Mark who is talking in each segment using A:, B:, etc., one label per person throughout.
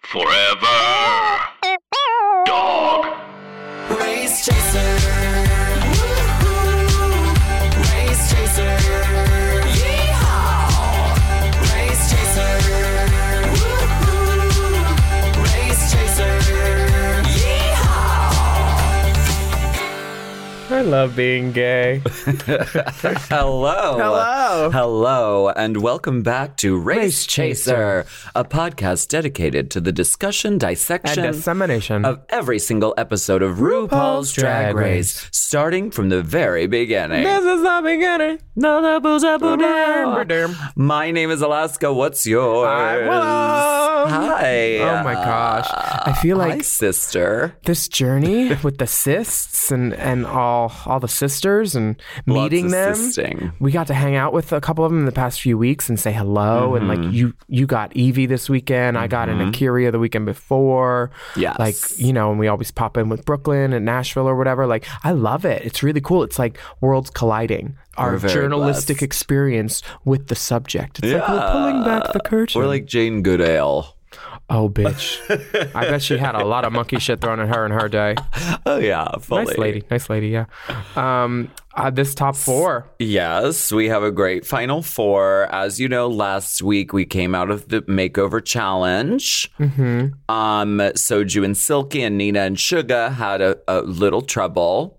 A: Forever. Dog.
B: Race Chaser. Woo-hoo. Race Chaser. Yeehaw. Race Chaser. Woo-hoo. Race Chaser. Yeehaw.
C: I love being gay.
D: Hello.
C: Hello.
D: Hello, and welcome back to Race, Chaser, a podcast dedicated to the discussion,
C: And
D: dissection,
C: dissemination.
D: of every single episode of RuPaul's, Drag,
C: Drag
D: Race, starting from the very beginning.
C: this is the beginning.
D: No, no, boo, da, boo, da.
C: Ba-dum.
D: My name is Alaska. What's yours?
C: I'm Willem.
D: Hi.
C: Oh my gosh. I feel
D: Hi,
C: like
D: sister.
C: this journey with the cysts and, and all all the sisters and meeting
D: Lots of
C: them.
D: sisting.
C: We got to hang out with a couple of them in the past few weeks and say hello. And
D: Mm-hmm.
C: like you, you got Evie this weekend. I got an Akira the weekend before.
D: Yes.
C: like you know, and we always pop in with Brooklyn and Nashville or whatever. Like I love it. It's really cool. It's like worlds colliding. Our
D: We're very
C: journalistic
D: blessed.
C: experience with the subject. It's like we're pulling back the curtain.
D: We're like Jane Goodale.
C: oh bitch. I bet she had a lot of monkey shit thrown at her in her day.
D: Oh, yeah. Fully.
C: Nice lady, nice lady. Yeah. Um, uh, this top four.
D: Yes, we have a great final four. As you know, last week we came out of the makeover challenge. Mm-hmm. Um, Soju and Silky and Nina and Suga had a, a little trouble.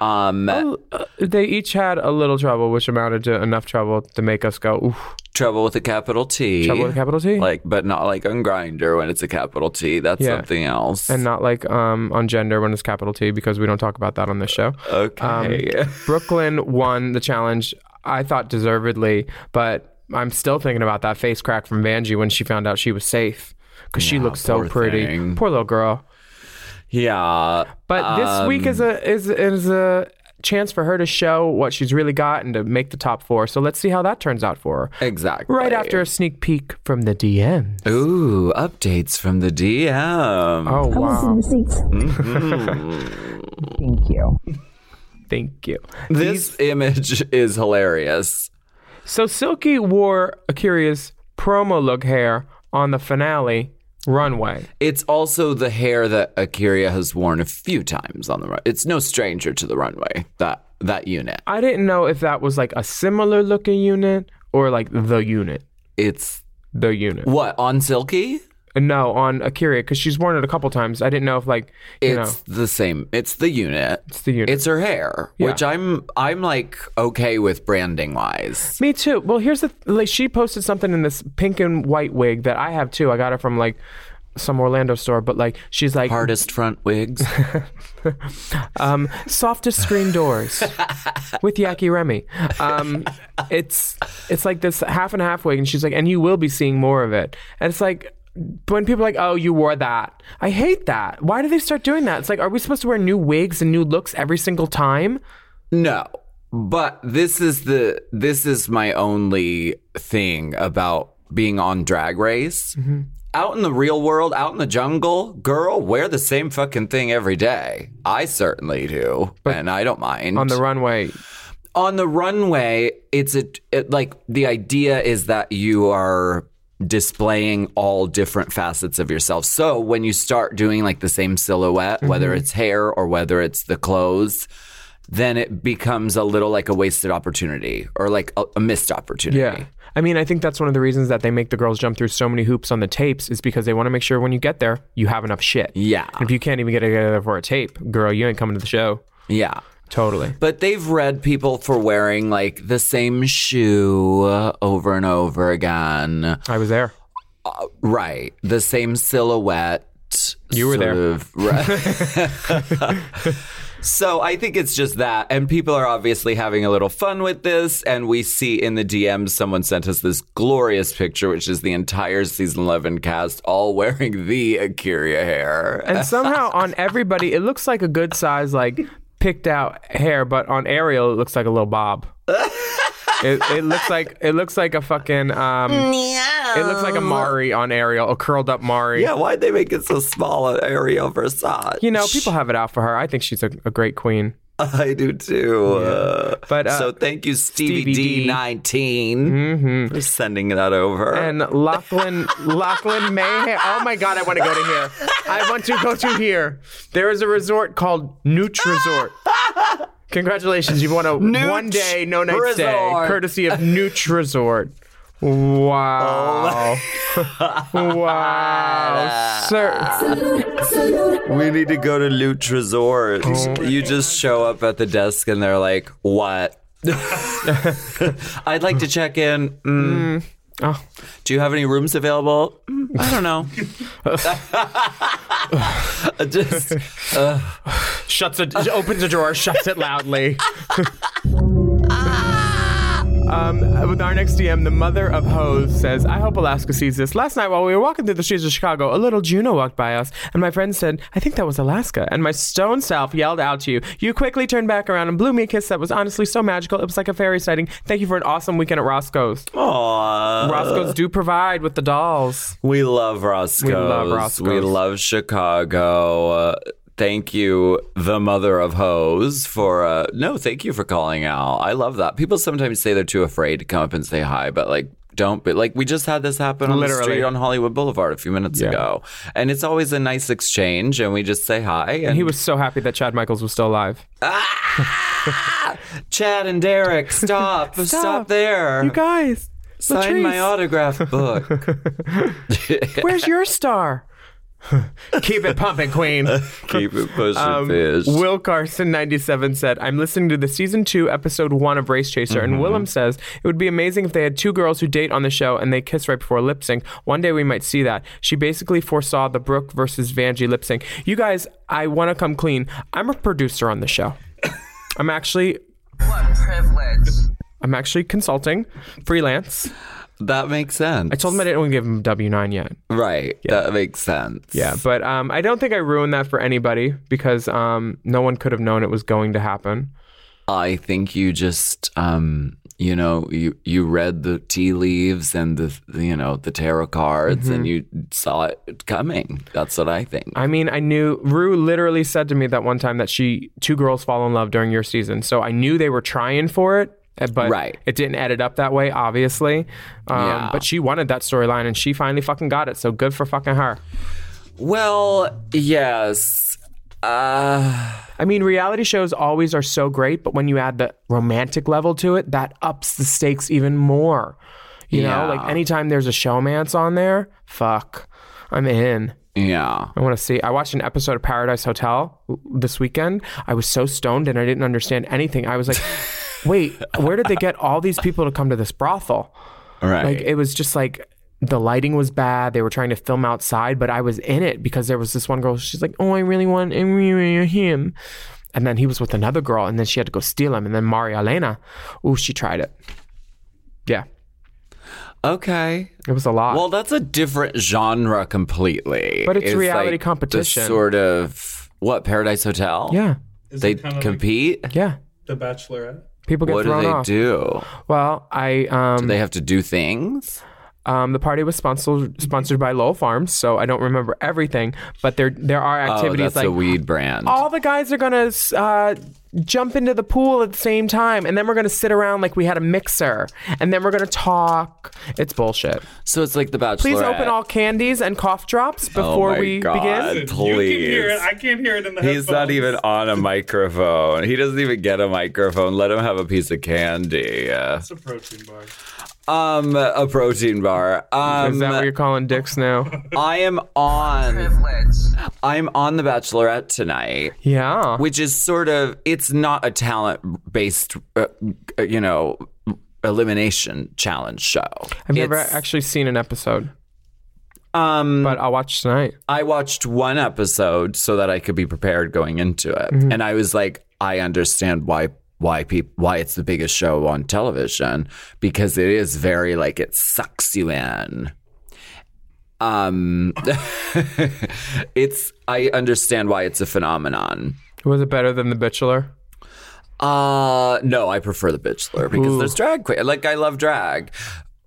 D: Um,
C: Oh. uh, They each had a little trouble, which amounted to enough trouble to make us go, oof,
D: trouble with a capital T.
C: trouble with a capital T?
D: Like, but not like on Grinder when it's a capital T. That's
C: Yeah.
D: something else.
C: and not like um, on gender when it's capital T because we don't talk about that on this show.
D: okay.
C: um, Brooklyn won the challenge, I thought deservedly, but I'm still thinking about that face crack from Vanjie when she found out she was safe because she looked so
D: poor
C: pretty.
D: thing.
C: Poor little girl.
D: yeah.
C: But this week is a is is a chance for her to show what she's really got and to make the top four. So let's see how that turns out for her.
D: Exactly.
C: Right after a sneak peek from the DM.
D: Ooh, updates from the DM.
C: Oh wow!
E: Thank you.
C: Thank you.
D: This image is hilarious.
C: So Silky wore Akira's promo look hair on the finale runway.
D: It's also the hair that Akira has worn a few times on the run. It's no stranger to the runway. That that unit.
C: I didn't know if that was like a similar looking unit or like the unit.
D: It's
C: The unit.
D: what on Silky.
C: No, on Akira because she's worn it a couple times. I didn't know if like you know
D: It's the same. It's the unit.
C: it's the unit.
D: It's her hair,
C: Yeah.
D: which I'm I'm like okay with branding wise.
C: Me too. Well, here's the th- like she posted something in this pink and white wig that I have too. I got it from like some Orlando store, but like she's like
D: Hardest front wigs.
C: um softest screen doors with Yaki Remy. Um it's it's like this half and half wig and she's like and you will be seeing more of it. And it's like when people are like, oh, you wore that. I hate that. Why do they start doing that? It's like, are we supposed to wear new wigs and new looks every single time?
D: No. But this is the this is my only thing about being on drag race.
C: Mm-hmm.
D: Out in the real world, out in the jungle, girl, wear the same fucking thing every day. I certainly do, and I don't mind.
C: On the runway,
D: on the runway, it's a it, like the idea is that you are displaying all different facets of yourself. So when you start doing like the same silhouette, whether it's hair or whether it's the clothes, then it becomes a little like a wasted opportunity or like a, a missed opportunity.
C: Yeah. I mean, I think that's one of the reasons that they make the girls jump through so many hoops on the tapes is because they want to make sure when you get there, you have enough shit.
D: Yeah.
C: And if you can't even get together for a tape, girl, you ain't coming to the show.
D: Yeah.
C: Totally.
D: But they've read people for wearing like the same shoe uh, over and over again.
C: I was there.
D: Right. The same silhouette.
C: You were
D: sort
C: there.
D: of- right. so I think it's just that. And people are obviously having a little fun with this. And we see in the DMs, someone sent us this glorious picture, which is the entire season 11 cast all wearing the Akira hair.
C: And somehow on everybody, it looks like a good size, like picked out hair, but on Ariel, it looks like a little bob. It, it looks like it looks like a fucking um, it looks like a Mari on Ariel, a curled up Mari.
D: yeah, why'd they make it so small on Ariel Versace?
C: You know, people have it out for her. I think she's a, a great queen.
D: I do too. Uh,
C: But, uh,
D: so thank you, Stevie,
C: Stevie D. Mm-hmm.
D: D19, for sending that over.
C: And Lachlan Lachlan Mayhem. Oh my god, I want to go to here. I want to go to here. There is a resort called Nooch Resort. Congratulations, you've won a
D: Nooch
C: one day, no next day,
D: Resort.
C: courtesy of Nooch Resort. Wow. wow. Sir.
D: We need to go to Loot Resort. you just show up at the desk and they're like, "What? I'd like to check in. Mm.
C: Oh.
D: Do you have any rooms available? Mm, I don't know. just
C: Shuts it opens a drawer, shuts it loudly. Um, with our next DM, the mother of hoes says, I hope Alaska sees this. Last night, while we were walking through the streets of Chicago, a little Juno walked by us, and my friend said, I think that was Alaska. And my stone self yelled out to you. You quickly turned back around and blew me a kiss that was honestly so magical. It was like a fairy sighting. Thank you for an awesome weekend at Roscoe's.
D: Aw.
C: Roscoe's do provide with the dolls.
D: We love Roscoe's.
C: We love
D: We
C: Roscoe's.
D: love Chicago. Uh, thank you, the mother of hoes, for uh, no. Thank you for calling out. I love that. People sometimes say they're too afraid to come up and say hi, but like. Don't be like we just had this happen on the
C: Literally.
D: street on Hollywood Boulevard a few minutes ago, and it's always a nice exchange, and we just say hi. And,
C: And he was so happy that Chad Michaels was still alive.
D: Chad and Derek. Stop, stop, there.
C: You guys,
D: Sign my
C: Latrice.
D: autograph book.
C: where's your star? Keep it pumping, queen.
D: Keep it pushing, fish.
C: Um, Will Carson ninety seven said, "I'm listening to the season two episode one of Race Chaser, and Willem says it would be amazing if they had two girls who date on the show and they kiss right before lip sync. One day we might see that. She basically foresaw the Brooke versus Vanjie lip sync. You guys, I want to come clean. I'm a producer on the show. I'm actually,
E: What privilege.
C: I'm actually consulting, freelance.
D: that makes sense.
C: I told him I didn't want to give him W nine yet.
D: Right. That makes sense.
C: Yeah, but um, I don't think I ruined that for anybody because um, no one could have known it was going to happen.
D: I think you just um you know, you you read the tea leaves and the you know, the tarot cards and you
C: Mm-hmm.
D: saw it coming. That's what I think.
C: I mean, I knew Rue literally said to me that one time that she two girls fall in love during your season, so I knew they were trying for it, uh, but
D: Right.
C: it didn't edit up that way, obviously. Um,
D: Yeah.
C: But she wanted that storyline, and she finally fucking got it. So good for fucking her.
D: Well, yes. Uh
C: I mean, reality shows always are so great, but when you add the romantic level to it, that ups the stakes even more. You
D: Yeah.
C: know, like anytime there's a showmance on there, fuck, I'm in.
D: yeah.
C: I want to see. I watched an episode of Paradise Hotel this weekend. I was so stoned and I didn't understand anything. I was like, wait, where did they get all these people to come to this brothel?
D: Right.
C: Like, it was just like the lighting was bad. They were trying to film outside, but I was in it because there was this one girl. She's like, oh, I really want him. And then he was with another girl, and then she had to go steal him. And then Maria Elena, ooh, she tried it. Yeah,
D: okay.
C: it was a lot.
D: Well, that's a different genre completely.
C: But it's reality
D: like the
C: competition.
D: sort of what Paradise Hotel?
C: yeah,
D: They
F: kinda like-
D: compete.
C: yeah.
F: The Bachelorette.
C: People get
D: what do
C: thrown
D: they
C: off.
D: do?
C: Well, I um,
D: They have to do things.
C: Um, the party was sponsored sponsored by Lowell Farms, so I don't remember everything, but there there are
D: Oh,
C: activities
D: that's
C: like
D: a weed brand.
C: all the guys are gonna uh, jump into the pool at the same time, and then we're gonna sit around like we had a mixer, and then we're gonna talk. It's bullshit.
D: so it's like the Bachelor.
C: Please open all candies and cough drops before
D: Oh my
C: we
D: God.
C: begin.
F: You can hear
D: Please.
F: it. I can't hear it in the
D: He's not
F: headphones.
D: even on a microphone. He doesn't even get a microphone. Let him have a piece of candy. Uh,
F: It's a protein bar.
D: Um, a protein bar.
C: Is that what
D: Um,
C: you're calling dicks now?
D: I am on.
E: Privilege.
D: I'm on the Bachelorette tonight.
C: Yeah.
D: which is sort of it's not a talent based uh, you know elimination challenge show
C: I've never
D: It's-
C: actually seen an episode,
D: um
C: but I'll watch tonight.
D: i watched one episode so that i could be prepared going into it
C: Mm-hmm.
D: and i was like i understand why why people why it's the biggest show on television because it is very like it sucks you in um it's i understand why it's a phenomenon
C: Was it better than The Bachelor?
D: Uh no, I prefer the bachelor because there's drag queen. Like I love drag.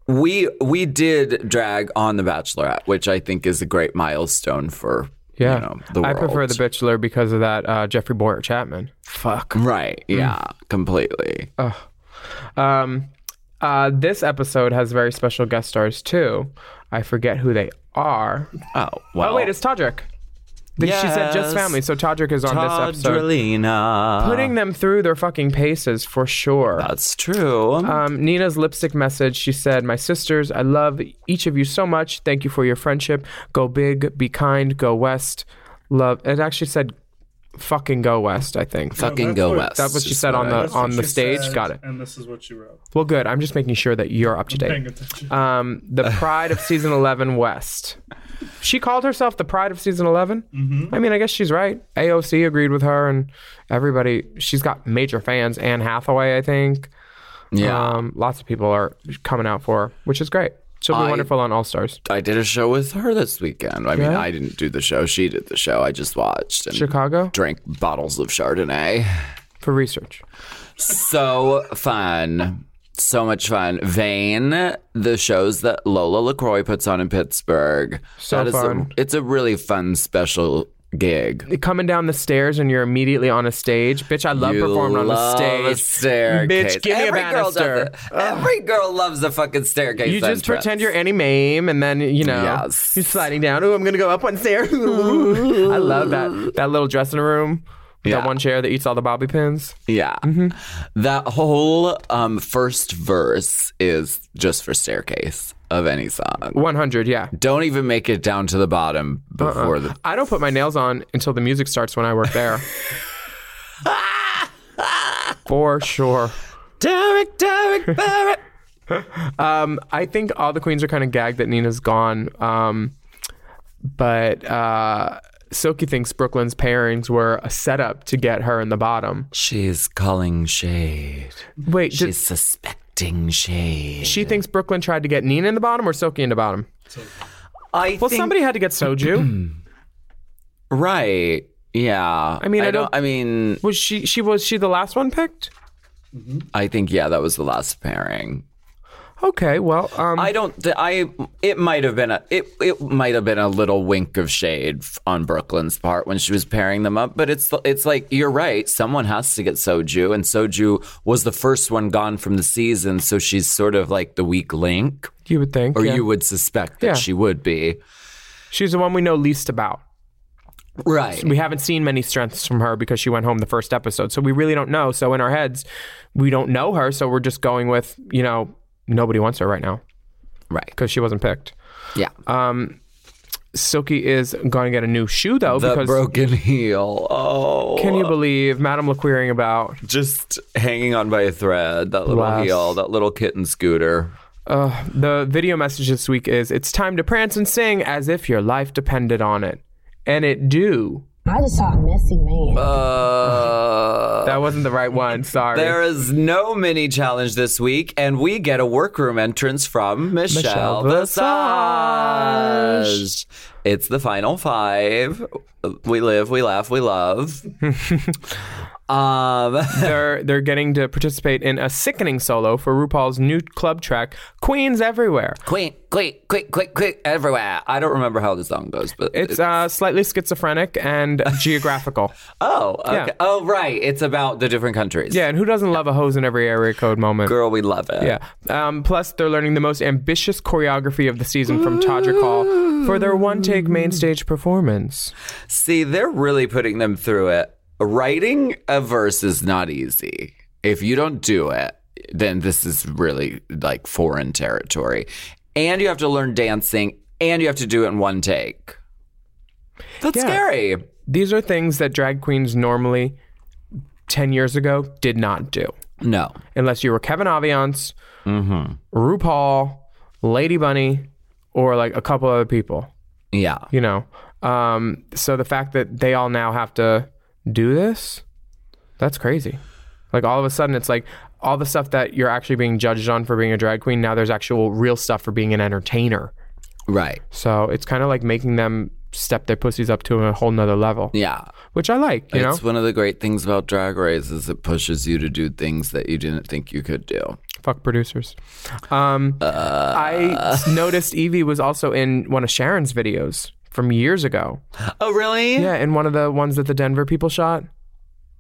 D: We we did drag on the Bachelorette, which I think is a great milestone for
C: Yeah.
D: you know the
C: I
D: world.
C: prefer The Bachelor because of that uh, Jeffrey Boyer Chapman. Fuck.
D: Right?
C: Mm.
D: Yeah, completely.
C: Oh, Um, uh, this episode has very special guest stars too. I forget who they are.
D: oh well.
C: Oh wait, it's Todrick. Th- She said
D: Yes.
C: just family, so Todrick is on this episode.
D: Todrelina.
C: Putting them through their fucking paces for sure.
D: That's true.
C: Um, Nina's lipstick message. She said, "My sisters, I love each of you so much. Thank you for your friendship. Go big, be kind, go west. Love." It actually said, "Fucking go west." I think.
D: Fucking go west.
C: That's what she
D: is
C: said on
D: I-
C: the
F: That's
C: Uh, on
F: what
C: the
F: she
C: stage.
F: said,
C: Got it.
F: And this is what she wrote.
C: Well, good. I'm just making sure that you're up to
F: Paying
C: date.
F: attention.
C: Um, the pride of season eleven, West. She called herself the pride of season 11 Mm-hmm. I mean, I guess she's right. AOC agreed with her, and everybody. She's got major fans. Anne Hathaway, I think.
D: Yeah.
C: Um, lots of people are coming out for her, which is great. She'll be
D: I-
C: wonderful on All Stars.
D: I did a show with her this weekend. I mean,
C: Yeah.
D: I didn't do the show. She did the show. I just watched and
C: Chicago
D: drank bottles of Chardonnay.
C: for research.
D: so fun. So much fun. Vane, the shows that Lola LaCroix puts on in Pittsburgh.
C: So
D: That is a-
C: fun.
D: it's a really fun special gig.
C: Coming down the stairs and you're immediately on a stage, bitch. I love
D: You
C: performing on
D: love
C: a
D: a
C: stage.
D: staircase.
C: Bitch, give me a
D: Every girl does
C: banister.
D: it. Every girl loves a fucking staircase.
C: You just
D: entrance.
C: pretend you're Annie Mame, and then you know
D: Yes.
C: you're sliding down. Oh, I'm gonna go up one stair. I love that that little dressing room, with
D: Yeah.
C: that one chair that eats all the bobby pins.
D: Yeah.
C: Mm-hmm.
D: That whole um, first verse is just for staircase of any song.
C: 100, yeah.
D: Don't even make it down to the bottom before the
C: I don't put my nails on until the music starts when I work there. For sure.
D: Derek, Derek, Barrett.
C: Um, I think all the queens are kind of gagged that Nina's gone. Um, but uh, Silky thinks Brooklyn's pairings were a setup to get her in the bottom.
D: She's calling shade.
C: Wait, did-
D: She's suspecting shade.
C: she thinks Brooklyn tried to get Nina in the bottom or Silky in the bottom?
D: I
C: Well,
D: think-
C: somebody had to get Soju.
D: right. Yeah. I
C: mean, I
D: don't,
C: don't-
D: I mean,
C: was she? She was she the last one picked?
D: I think yeah, that was the last pairing.
C: Okay, well, um,
D: I don't. th- I. It might have been a. It. It might have been a little wink of shade f- on Brooklyn's part when she was pairing them up. But it's. It's like you're right. Someone has to get Soju, and Soju was the first one gone from the season, so she's sort of like the weak link,
C: you would think,
D: or
C: yeah.
D: you would suspect that
C: Yeah.
D: she would be.
C: She's the one we know least about.
D: Right.
C: We haven't seen many strengths from her because she went home the first episode. So we really don't know. So in our heads, we don't know her. So we're just going with, you know, nobody wants her right now
D: Right.
C: because she wasn't picked.
D: Yeah.
C: uh, Silky is going to get a new shoe though
D: the
C: because
D: broken heel. Oh,
C: can you believe Madame LaQueering about
D: just hanging on by a thread? That little
C: Bless.
D: heel, that little kitten scooter.
C: uh, the video message this week is it's time to prance and sing as if your life depended on it. And it do.
G: I just saw a messy man.
D: Uh,
C: That wasn't the right one. Sorry.
D: there is no mini challenge this week, and we get a workroom entrance from Michelle,
C: Michelle
D: Visage. It's the final five. We live, we laugh, we love. um,
C: they're they're getting to participate in a sickening solo for RuPaul's new club track Queens Everywhere.
D: quick, quick, quick, quick, quick, everywhere. I don't remember how the song goes, but
C: It's uh, slightly schizophrenic and geographical.
D: oh, okay.
C: yeah.
D: oh, right. It's about the different countries.
C: Yeah, and who doesn't love a hose in every area code moment?
D: girl, we love it.
C: Yeah. Um, plus, they're learning the most ambitious choreography of the season from Todrick Hall for their one take main stage performance.
D: See, they're really putting them through it. Writing a verse is not easy. If you don't do it, then this is really like foreign territory. And you have to learn dancing and you have to do it in one take. That's
C: Yeah.
D: scary.
C: These are things that drag queens normally, 10 years ago, did not do.
D: No.
C: Unless you were Kevin Aviance,
D: Mm-hmm.
C: RuPaul, Lady Bunny, or like a couple other people,
D: Yeah.
C: you know. Um, so the fact that they all now have to do this, that's crazy. Like all of a sudden, it's like all the stuff that you're actually being judged on for being a drag queen, now there's actual real stuff for being an entertainer.
D: Right.
C: So it's kind of like making them step their pussies up to a whole nother level,
D: Yeah.
C: which I like, you know?
D: it's one of the great things about drag race is it pushes you to do things that you didn't think you could do.
C: Fuck producers. Um, I noticed Evie was also in one of Sharon's videos from years ago.
D: Oh really?
C: Yeah, in one of the ones that the Denver people shot.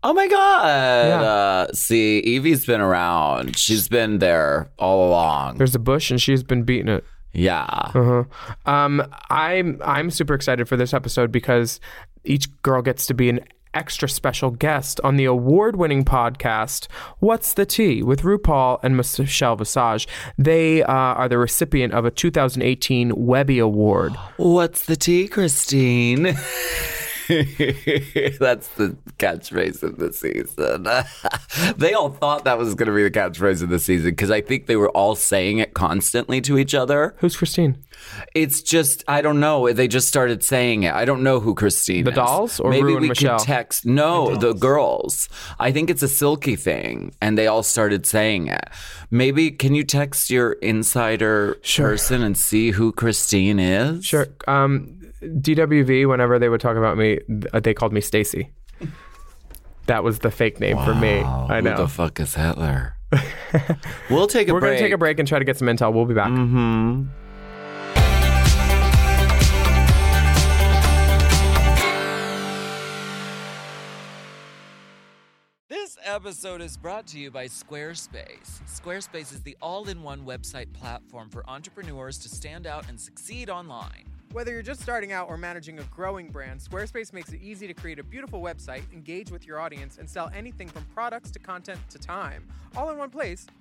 D: Oh my god.
C: Yeah.
D: Uh, see, Evie's been around. She's been there all along.
C: There's a bush and she's been beating it.
D: yeah.
C: Um, I'm I'm super excited for this episode because each girl gets to be an extra special guest on the award-winning podcast What's the Tea with RuPaul and Michelle Visage. They uh, are the recipient of a 2018 Webby Award.
D: What's the tea, Christine? That's the catchphrase of the season. they all thought that was going to be the catchphrase of the season because I think they were all saying it constantly to each other.
C: Who's Christine?
D: It's just I don't know. They just started saying it. I don't know who Christine.
C: The
D: is.
C: dolls or
D: maybe
C: Rue and
D: we
C: Michelle?
D: could text. No, the, girls. I think it's a silky thing, and they all started saying it. Maybe can you text your insider person and see who Christine is?
C: Sure. Um, DWV. Whenever they would talk about me, th- uh, they called me Stacy. That was the fake name for me. I know.
D: Oh, Who the fuck is Hitler? we'll take a
C: We're
D: break. Mm-hmm.
C: gonna take a break and try to get some intel. We'll be back.
D: This episode is brought to you by Squarespace. Squarespace is the all in one website platform for entrepreneurs to stand out and succeed online.
C: Whether you're just starting out or managing a growing brand, Squarespace makes it easy to create a beautiful website, engage with your audience, and sell anything from products to content to time, all in one place,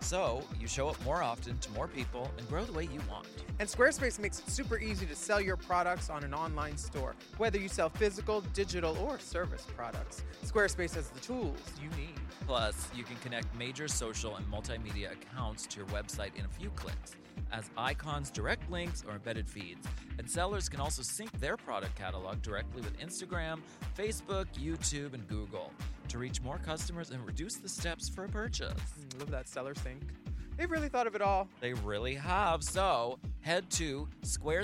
D: So you show up more often to more people and grow the way you want.
C: And Squarespace makes it super easy to sell your products on an online store, whether you sell physical, digital, or service products. Squarespace has the tools you need.
D: Plus, you can connect major social and multimedia accounts to your website in a few clicks as icons, direct links, or embedded feeds. And sellers can also sync their product catalog directly with Instagram, Facebook, YouTube, and Google to reach more customers and reduce the steps for a purchase.
C: Mm, Love that seller sync. They've really thought of it all.
D: They really have. So head to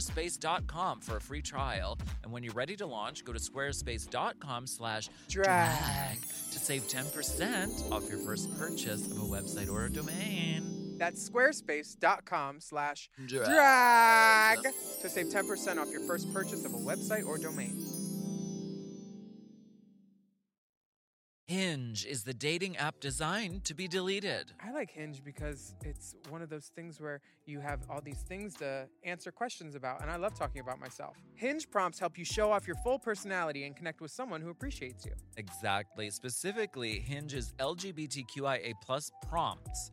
D: squarespace.com for a free trial. And when you're ready to launch, go to squarespace.com slash drag to save 10% off your first purchase of a website or a domain.
C: That's squarespace.com slash
D: Drag.
C: drag to save 10% off your first purchase of a website or domain.
H: Hinge is the dating app designed to be deleted.
C: I like Hinge because it's one of those things where you have all these things to answer questions about, and I love talking about myself. Hinge prompts help you show off your full personality and connect with someone who appreciates you.
H: Exactly. Specifically, Hinge's LGBTQIA plus prompts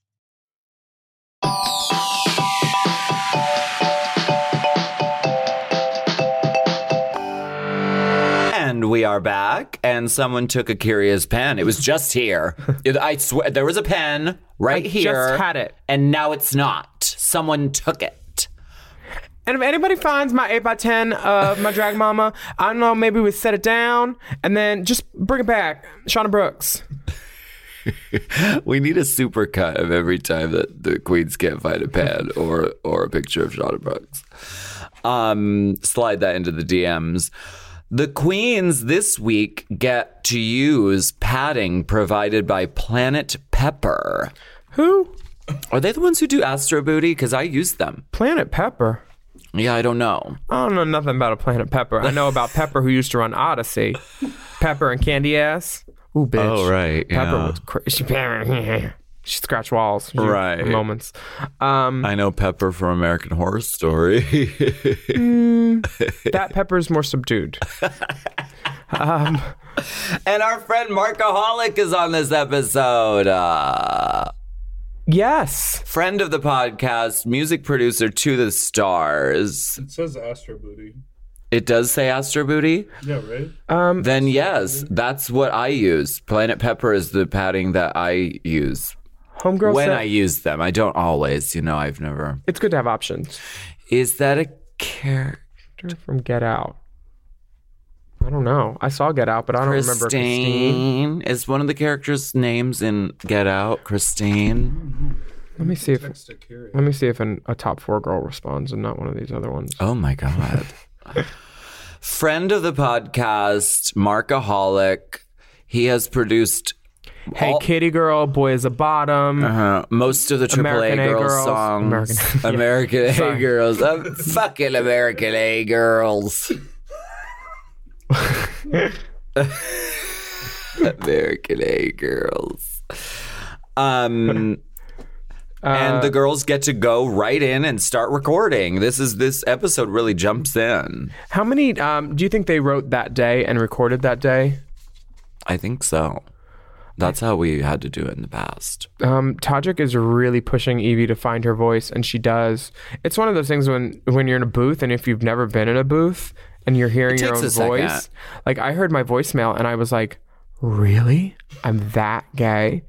D: And we are back, and someone took a curious pen. It was just here. It- I swear, there was a pen right
C: I just
D: here.
C: had it.
D: and now it's not. Someone took it.
C: And if anybody finds my 8x10 of my drag mama, I don't know, maybe we set it down and then just bring it back. Shauna Brooks.
D: We need a super cut of every time that the queens can't find a pen or or a picture of Shauna Brooks. Um, slide that into the DMs. The queens this week get to use padding provided by Planet Pepper.
C: Who?
D: Are they the ones who do Astro Booty? Because I use them.
C: Planet Pepper.
D: Yeah, I don't know.
C: I don't know nothing about a Planet Pepper. I know about Pepper who used to run Odyssey. Pepper and Candy Ass. Ooh, bitch.
D: Oh, right,
C: Pepper
D: yeah.
C: was crazy. Pepper. she scratched walls. She-
D: Right.
C: Moments. Um,
D: I know Pepper from American Horror Story.
C: that Pepper's more subdued.
D: and our friend Markaholic is on this episode. Uh,
C: Yes.
D: friend of the podcast, music producer to the stars.
F: It says Astro Booty.
D: It does say Astro Booty.
F: Yeah, right?
C: uh, Um,
D: Then, yes, that's what I use. Planet Pepper is the padding that I use
C: Homegirl
D: when
C: said
D: I use them. I don't always, you know, I've never.
C: it's good to have options.
D: Is that a character?
C: Character From Get Out. I don't know. I saw Get Out, but I don't remember Christine.
D: Christine. Is one of the characters' names in Get Out Christine?
C: Let me see if
F: Next to Carrie.
C: let me see if an, a top four girl responds and not one of these other ones.
D: Oh my God. Friend of the podcast, Markaholic. He has produced
C: Hey,
D: all-
C: Kitty Girl, Boy is a Bottom.
D: uh, most of the AAA
C: American A
D: Girls,
C: Girls. American-
D: songs.
C: yeah.
D: American A
C: Sorry.
D: Girls. Um, fucking American A Girls. American A Girls. Um.
C: Uh,
D: and the girls get to go right in and start recording. This is this episode really jumps in.
C: How many um, do you think they wrote that day and recorded that day?
D: I think so. That's how we had to do it in the past.
C: Um, Tajik is really pushing Evie to find her voice, and she does. It's one of those things when when you're in a booth, and if you've never been in a booth and you're hearing your own
D: takes a second.
C: voice, like I heard my voicemail, and I was like, "Really? I'm that gay?"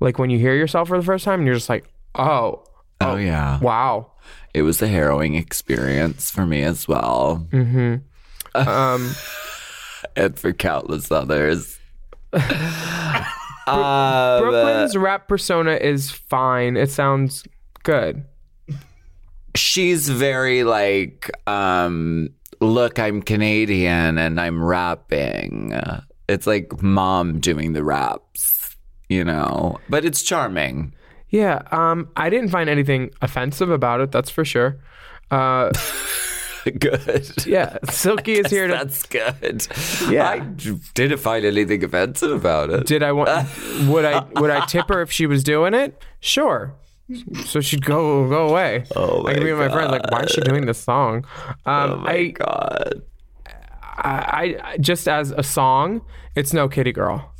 C: Like when you hear yourself for the first time, and you're just like, "Oh,
D: Oh yeah.
C: wow."
D: It was a harrowing experience for me as well.
C: Mm.
D: Mm-hmm.
C: Um,
D: and for countless others. Uh,
C: Brooklyn's rap persona is fine. It sounds good.
D: she's very like, um, look, I'm Canadian and I'm rapping. It's like mom doing the raps, you know, but it's charming.
C: Yeah, um, I didn't find anything offensive about it. That's for sure. Uh,
D: good.
C: yeah, Silky is here to
D: That's good.
C: Yeah.
D: I didn't find anything offensive about it.
C: did I want would I would I tip her if she was doing it? Sure. So she'd go go away. Oh I could be with my friend like why is she doing this song? Um, I,
D: God.
C: I I just as a song, it's no kitty girl.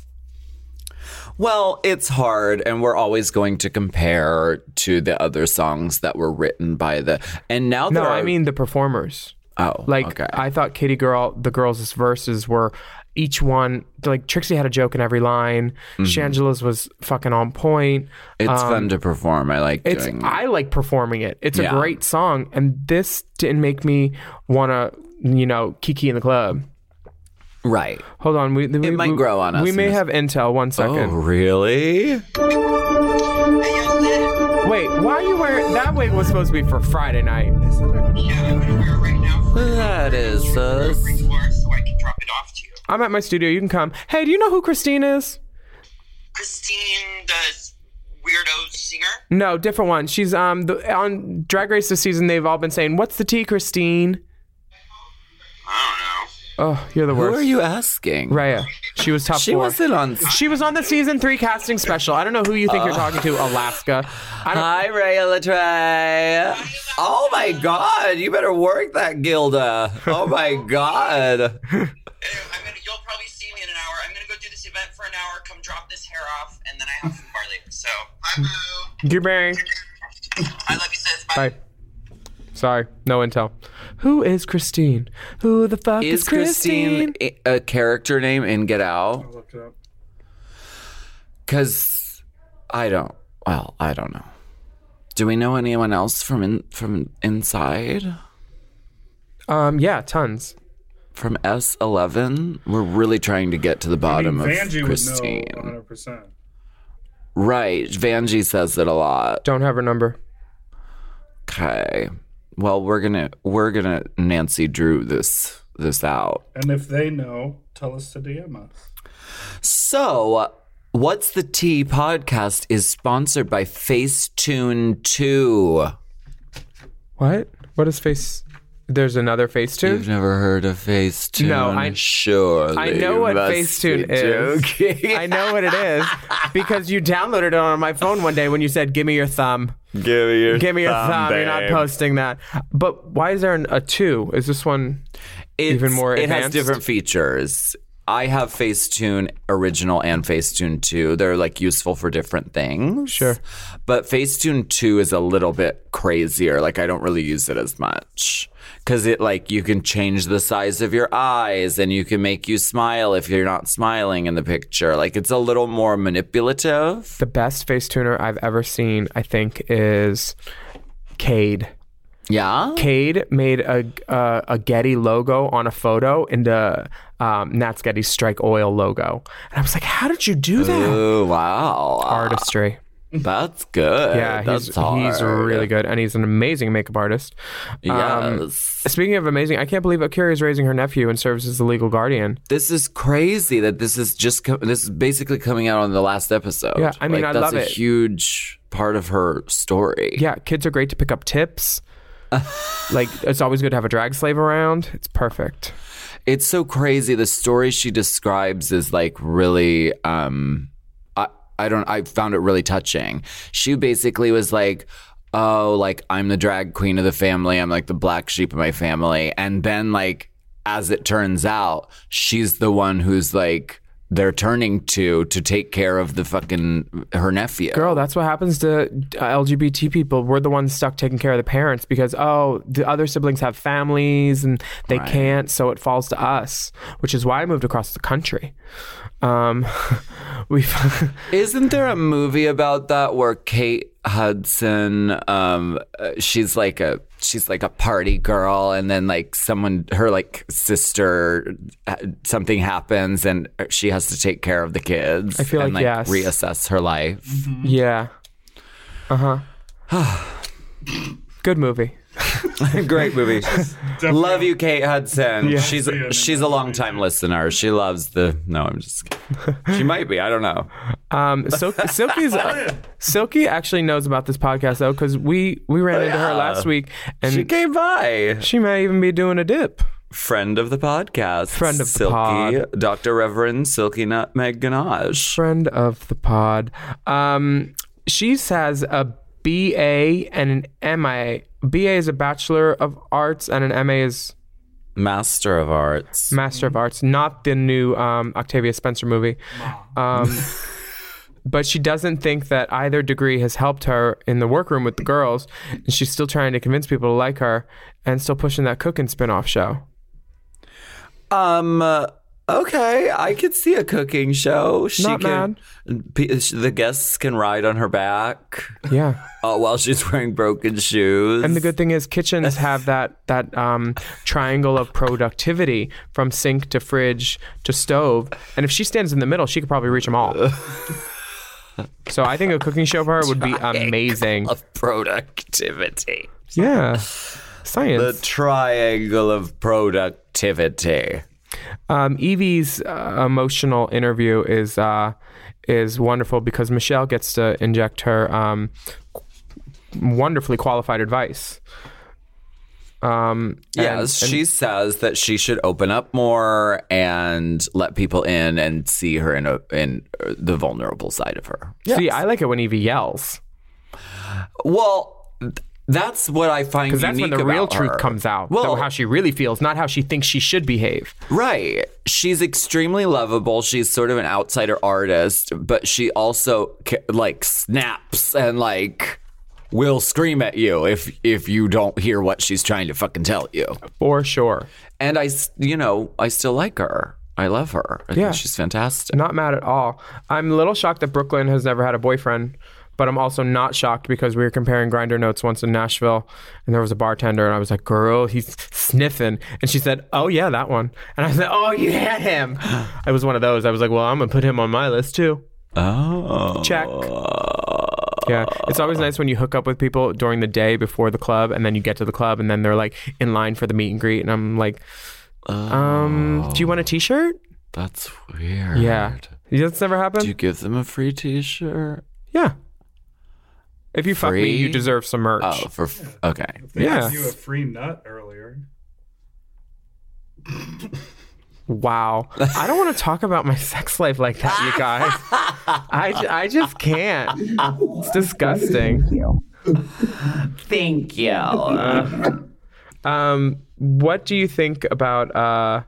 D: Well, it's hard, and we're always going to compare to the other songs that were written by the. And now
C: No,
D: there
C: I
D: are-
C: mean the performers.
D: oh,
C: Like
D: okay.
C: I thought Kitty Girl the girls' verses were each one like Trixie had a joke in every line. Shangela's was fucking on point.
D: it's fun to perform. I like
C: um, It's
D: doing.
C: I like performing it. It's
D: Yeah.
C: a great song and this didn't make me wanna, you know, kiki in the club.
D: right.
C: Hold on, we, we
D: might
C: we-
D: grow on us
C: We
D: in
C: may
D: this-
C: have intel. One
D: Oh,
C: second.
D: really? Oh.
C: Wait, why you wearing that wig was supposed to be for Friday night?
D: That is
E: so
D: sus.
E: I can drop it off to you.
C: I'm at my studio. You can come. Hey, do you know who Christine is?
E: Christine, the weirdo singer.
C: No, different one. She's um the, on Drag Race this season. They've all been saying, "What's the tea, Christine?"
E: I
C: Oh, you're the
D: Who
C: worst.
D: are you asking?
C: Raya. She was top
D: She
C: four.
D: wasn't on.
C: She was on the season three casting special. I don't know who you think you're talking to, Alaska. I don't,
D: Uh. Hi, Ray Latre. Oh my God! You better work that, Gilda. Oh my God.
E: don't know. I'm gonna, you'll probably see me in an hour. I'm gonna go do this event for an hour, come drop this hair off, and then I have food bar later. So, hi, boo.
C: you're bearing.
E: I love you, sis.
C: Bye. Sorry, no intel. Who is Christine? Who the fuck is,
D: Is Christine i- a character name in Get Out?
F: Look it up.
D: Because I don't. Well, I don't know. Do we know anyone else from in, from inside?
C: Um, yeah, tons.
D: From S eleven? We're really trying to get to the
F: I mean,
D: bottom
F: Vanjie
D: of
F: would know
D: Christine.
F: 100. percent
D: Right. Vanjie says it a lot.
C: Don't have her number.
D: Okay. Well, we're gonna we're gonna Nancy Drew this this out.
F: And if they know, tell us to DM us.
D: So, What's the Tea podcast is sponsored by Facetune 2.
C: What? What is face? There's another face
D: You've
C: tune.
D: never heard of Facetune?
C: No, I-
D: sure.
C: I know what Facetune is. I know what it is because you downloaded it on my phone one day when you said, "Give me your thumb,
D: Give me your
C: give me your thumb." You're not posting that. But why is there an, a two? Is this one? even more
D: It has
C: advanced?
D: different features. I have Facetune original and Facetune 2. They're like useful for different things.
C: Sure.
D: But Facetune 2 is a little bit crazier. Like I don't really use it as much. Cause it like you can change the size of your eyes and you can make you smile if you're not smiling in the picture. Like it's a little more manipulative.
C: The best face tuner I've ever seen, I think, is Cade.
D: Yeah.
C: Cade made a a, a Getty logo on a photo into um, Nat's Getty's Strike Oil logo, and I was like, "How did you do that?"
D: Oh wow.
C: Artistry.
D: That's good.
C: Yeah,
D: uh, That's
C: he's
D: hard.
C: he's really good, and he's an amazing makeup artist. Um,
D: Yes.
C: Speaking of amazing, I can't believe Akira is raising her nephew and serves as the legal guardian.
D: This is crazy that this is just co- this is basically coming out on the last episode.
C: Yeah, I mean,
D: Like,
C: I love
D: that's a
C: it.
D: huge part of her story.
C: Yeah, kids are great to pick up tips. like it's always good to have a drag slave around. It's perfect.
D: it's so crazy. The story she describes is like really. Um, I I don't. I found it really touching. She basically was like. Oh, like I'm the drag queen of the family. I'm like the black sheep of my family. And then, like, as it turns out, she's the one who's like they're turning to to take care of the fucking her nephew.
C: Girl, that's what happens to uh, LGBT people. We're the ones stuck taking care of the parents because oh, the other siblings have families and they can't, so it falls to us. Which is why I moved across the country. Um, we've.
D: Isn't there a movie about that where Kate Hudson, um, uh, she's like a she's like a party girl, and then like someone, her like sister, uh, something happens, and she has to take care of the kids.
C: I feel
D: and,
C: like yes.
D: reassess her life.
C: Yeah. Uh huh. Good movie.
D: Great movie. Love you, Kate Hudson.
C: Yeah.
D: She's she's a long time listener. She loves the. No, I'm just. kidding. She might be. I don't know.
C: Um, Sil- Silky's Silky actually knows about this podcast though because we we ran into her
D: yeah.
C: last week and
D: She
C: she,
D: came by.
C: might even be doing a dip.
D: friend of the podcast,
C: Friend of the
D: Silky,
C: pod.
D: Dr. Reverend Silky Nutmeg Ganache.
C: Friend of the pod. Um, she has a BA and an MA. BA is a Bachelor of Arts and an MA is
D: Master of Arts.
C: Master of Arts. Not the new um, Octavia Spencer movie. Um, but she doesn't think that either degree has helped her in the workroom with the girls, and she's still trying to convince people to like her and still pushing that cooking spin-off show.
D: Um. uh, okay, I could see a cooking show. She
C: Not
D: can, P- the guests can ride on her back
C: Yeah.
D: uh, while she's wearing broken shoes.
C: And the good thing is kitchens have that that um, triangle of productivity from sink to fridge to stove. And if she stands in the middle, she could probably reach them all. So I think a cooking show for her would be amazing.
D: of productivity.
C: Yeah.
D: The
C: Science.
D: triangle of productivity.
C: Um, Evie's uh, emotional interview is uh, is wonderful because Michelle gets to inject her um, wonderfully qualified advice. Um,
D: Yes, she says that she should open up more and let people in and see her in a, in uh, the vulnerable side of her.
C: See, I like it when Evie yells
D: Well, th- that's what I find
C: because that's when
D: unique
C: the real
D: about
C: truth
D: her.
C: comes out.
D: Well-
C: Well, how she really feels, not how she thinks she should behave.
D: Right. She's extremely lovable. She's sort of an outsider artist, but she also ca- like snaps and like will scream at you if if you don't hear what she's trying to fucking tell you.
C: For sure.
D: And I, s- you know, I still like her. I love her. I
C: Yeah.
D: think she's fantastic.
C: Not mad at all. I'm a little shocked that Brooklyn has never had a boyfriend, but I'm also not shocked because we were comparing grinder notes once in Nashville and there was a bartender and I was like, girl, he's sniffing. And she said, oh, yeah, that one. And I said, oh, you had him. It was one of those. I was like, well, I'm going to put him on my list too.
D: Oh.
C: Check. Yeah, it's always nice when you hook up with people during the day before the club, and then you get to the club, and then they're like in line for the meet and greet, and I'm like, um, do you want a T-shirt?
D: That's weird.
C: Yeah, that's never happened.
D: Do you give them a free t-shirt?
C: Yeah. If you fuck me, you
D: Free?
C: deserve some merch.
D: Oh, for f- okay.
F: They
C: Yeah.
F: gave you a free nut earlier.
C: Wow. I don't want to talk about my sex life like that, you guys. I, ju- I just can't. It's disgusting.
D: Thank you.
C: Um, what do you think about uh,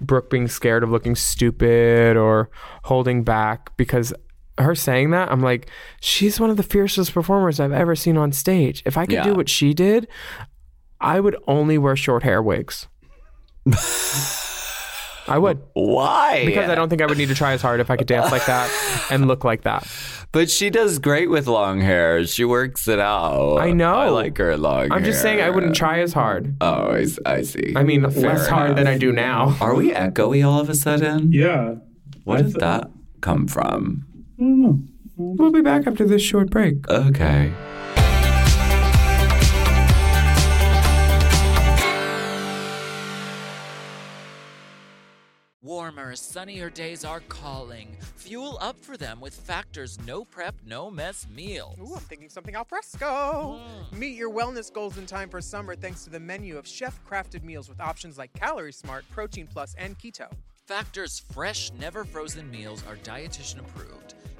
C: Brooke being scared of looking stupid or holding back? Because her saying that, I'm like, she's one of the fiercest performers I've ever seen on stage. If I could
D: Yeah.
C: do what she did, I would only wear short hair wigs. I would.
D: Why?
C: because I don't think I would need to try as hard if I could dance like that and look like that.
D: But she does great with long hair. She works it out.
C: I know.
D: I like her long hair.
C: I'm just saying I wouldn't try as hard.
D: Oh, I, s- I see.
C: I mean, less hard than I do now.
D: Are we echoey all of a sudden?
F: Yeah.
D: Where did that come from?
C: We'll be back after this short break.
D: Okay.
H: Warmer, sunnier days are calling. Fuel up for them with Factor's no prep, no mess meal.
I: Ooh, I'm thinking something al fresco. Meet your wellness goals in time for summer thanks to the menu of chef crafted meals with options like Calorie Smart, Protein Plus, and Keto.
H: Factor's fresh, never frozen meals are dietitian approved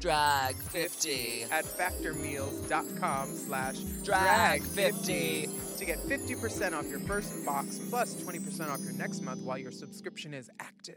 H: Drag 50.
I: at factormeals.com slash drag
H: Drag 50.
I: 50 to get 50% off your first box plus 20% off your next month while your subscription is active.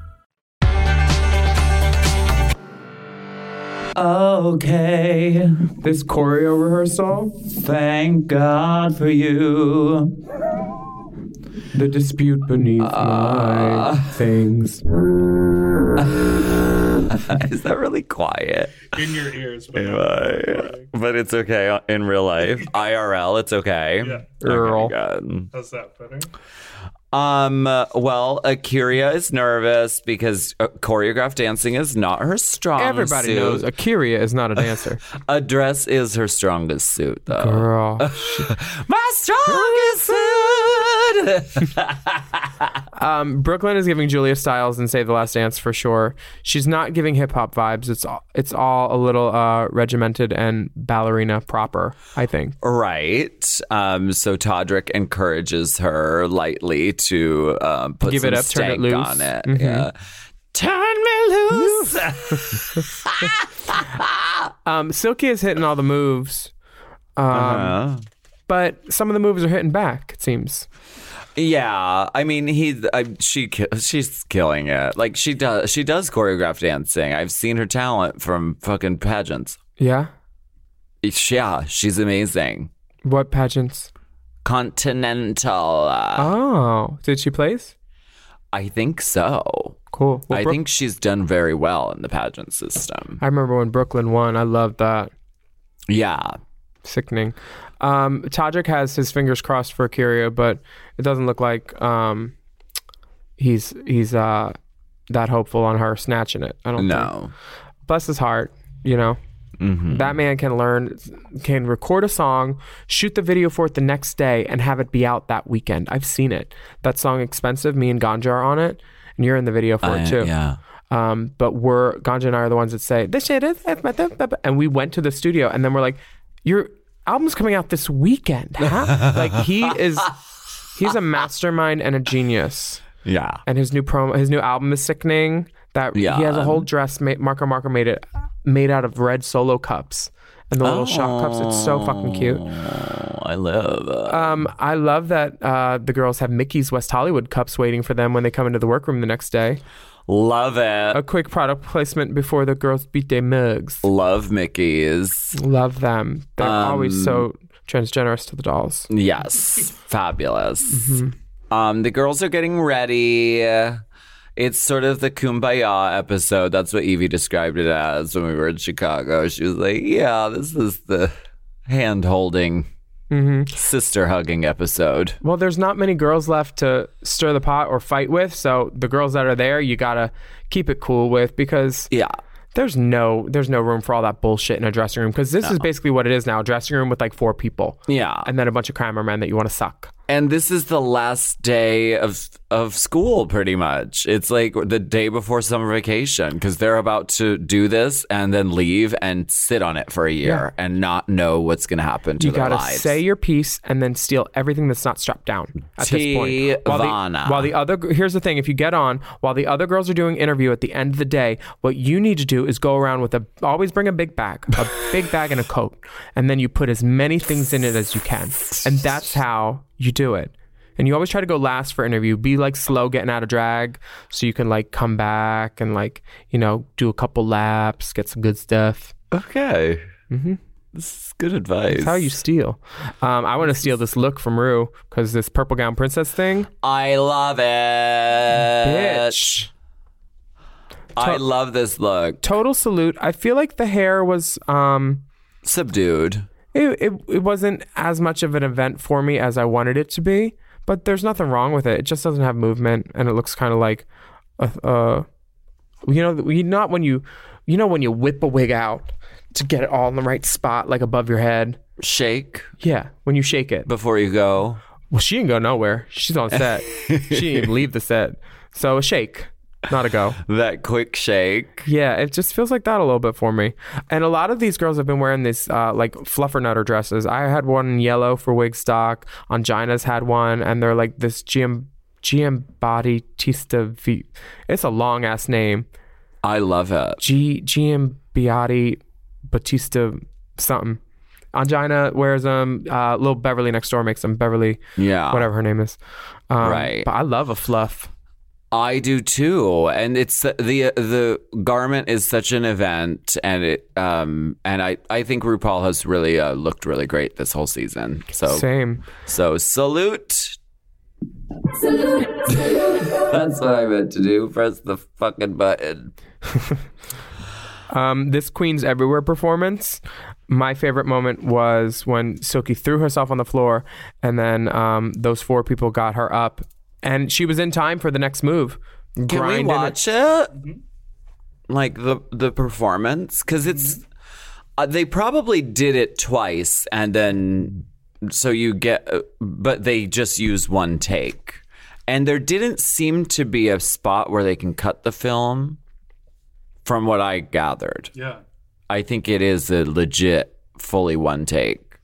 J: Okay.
C: This choreo rehearsal?
J: Thank God for you.
C: The dispute beneath
D: Ah,
C: my things.
D: Is that really quiet?
F: in your ears. But
D: Am I? But it's okay uh, in real life. IRL, it's okay.
F: Yeah.
D: Earl. God.
F: How's that better?
D: Um. uh, Well, Akira is nervous because uh, choreographed dancing is not her strong.
C: Everybody
D: suit.
C: knows Akira is not a dancer.
D: A dress is her strongest suit, though.
C: Girl.
D: My strongest suit.
C: um, Brooklyn is giving Julia Stiles and Save the Last Dance for sure. She's not giving hip hop vibes. It's all, it's all a little uh, regimented and ballerina proper, I think.
D: Right. Um, so Todrick encourages her lightly to um, put
C: Give
D: some
C: it up, turn it
D: stank
C: loose.
D: on it.
C: Mhm.
D: Yeah. Turn me loose.
C: Um, Silky is hitting all the moves. Um,
D: Uh-huh.
C: But some of the moves are hitting back, it seems.
D: Yeah, I mean he, I, she, ki- she's killing it. Like she does, she does choreograph dancing. I've seen her talent from fucking pageants.
C: Yeah?
D: Yeah, she's amazing.
C: What pageants?
D: Continental.
C: Oh, did she place?
D: I think so.
C: Cool. Well,
D: I
C: Brooke-
D: think she's done very well in the pageant system.
C: I remember when Brooklyn won. I loved that.
D: Yeah.
C: Sickening. Um, Todrick has his fingers crossed for Kyria, but it doesn't look like um, he's he's uh, that hopeful on her snatching it. I don't
D: know.
C: Bless his heart, you know.
D: Mm-hmm.
C: That man can learn, can record a song, shoot the video for it the next day, and have it be out that weekend. I've seen it. That song, Expensive, me and Ganja are on it, and you're in the video for
D: I-
C: it too.
D: yeah.
C: Um, but we're Ganja and I are the ones that say this shit is, and we went to the studio, and then we're like, your album's coming out this weekend, huh? like he is, he's a mastermind and a genius.
D: Yeah.
C: And his new promo, his new album is sickening. That
D: Yeah.
C: he has a whole dress made, Marco Marco made it made out of red solo cups and the little shot cups. It's so fucking cute.
D: I love. uh,
C: Um, I love that uh, the girls have Mickey's West Hollywood cups waiting for them when they come into the workroom the next day.
D: Love it.
C: A quick product placement before the girls beat their mugs.
D: Love Mickey's.
C: Love them. They're always
D: Um,
C: so transgenerous to the dolls.
D: Yes, fabulous. Um, the girls are getting ready. It's sort of the kumbaya episode. That's what Evie described it as when we were in Chicago. She was like, "Yeah, this is the hand holding, sister hugging episode."
C: Well, there's not many girls left to stir the pot or fight with, so the girls that are there, you gotta keep it cool with because
D: yeah,
C: there's no there's no room for all that bullshit in a dressing room because this is basically what it is now: a dressing room with like four people,
D: Yeah,
C: and then a bunch of crammer men that you want to suck.
D: and this is the last day of of school, pretty much. It's like the day before summer vacation because they're about to do this and then leave and sit on it for a year and not know what's going to happen to
C: You
D: their
C: gotta
D: lives.
C: say your piece and then steal everything that's not strapped down at this point.
D: Tivana.
C: the, while the other here's the thing: if you get on while the other girls are doing interview at the end of the day, what you need to do is go around with a always bring a big bag, a big bag and a coat, and then you put as many things in it as you can, and that's how you do it. And you always try to go last for interview. Be like slow getting out of drag, so you can like come back and like you know do a couple laps, get some good stuff.
D: Okay. Mm-hmm. This is good advice.
C: That's how you steal. Um, I want to steal this look from Rue because this purple gown princess thing.
D: I love it.
C: Bitch.
D: I
C: To-
D: love this look.
C: Total salute. I feel like the hair was um,
D: Subdued.
C: it, it it wasn't as much of an event for me as I wanted it to be. But there's nothing wrong with it. It just doesn't have movement, and it looks kind of like a, a you know you not when you you know when you whip a wig out to get it all in the right spot, like above your head.
D: Shake
C: Yeah, when you shake it.
D: before you go.
C: Well, she didn't go nowhere. She's on set. she didn't even leave the set. So a shake, not a go.
D: That quick shake.
C: Yeah, it just feels like that a little bit for me. And a lot of these girls have been wearing these uh, like fluffernutter dresses. I had one in yellow for Wigstock. Angina's had one, and they're like this GM GM body tista v. It's a long ass name.
D: I love it.
C: G GM Biotti Batista something. Angina wears them. Uh, Little Beverly next door makes them. Beverly,
D: Yeah.
C: whatever her name is. Um,
D: Right.
C: But I love a fluff.
D: I do too, and it's the uh, the garment is such an event, and it um and I I think RuPaul has really uh, looked really great this whole season. So
C: Same.
D: So salute. That's what I meant to do. Press the fucking button.
C: Um, this Queens Everywhere performance, my favorite moment was when Silky threw herself on the floor, and then um, those four people got her up, and she was in time for the next move.
D: Can we
C: Grinding it.
D: watch it? Mm-hmm. Like the the performance, because it's
C: Mm-hmm.
D: uh, they probably did it twice, and then so you get, uh, but they just use one take, and there didn't seem to be a spot where they can cut the film, from what I gathered.
F: Yeah.
D: I think it is a legit, fully one take.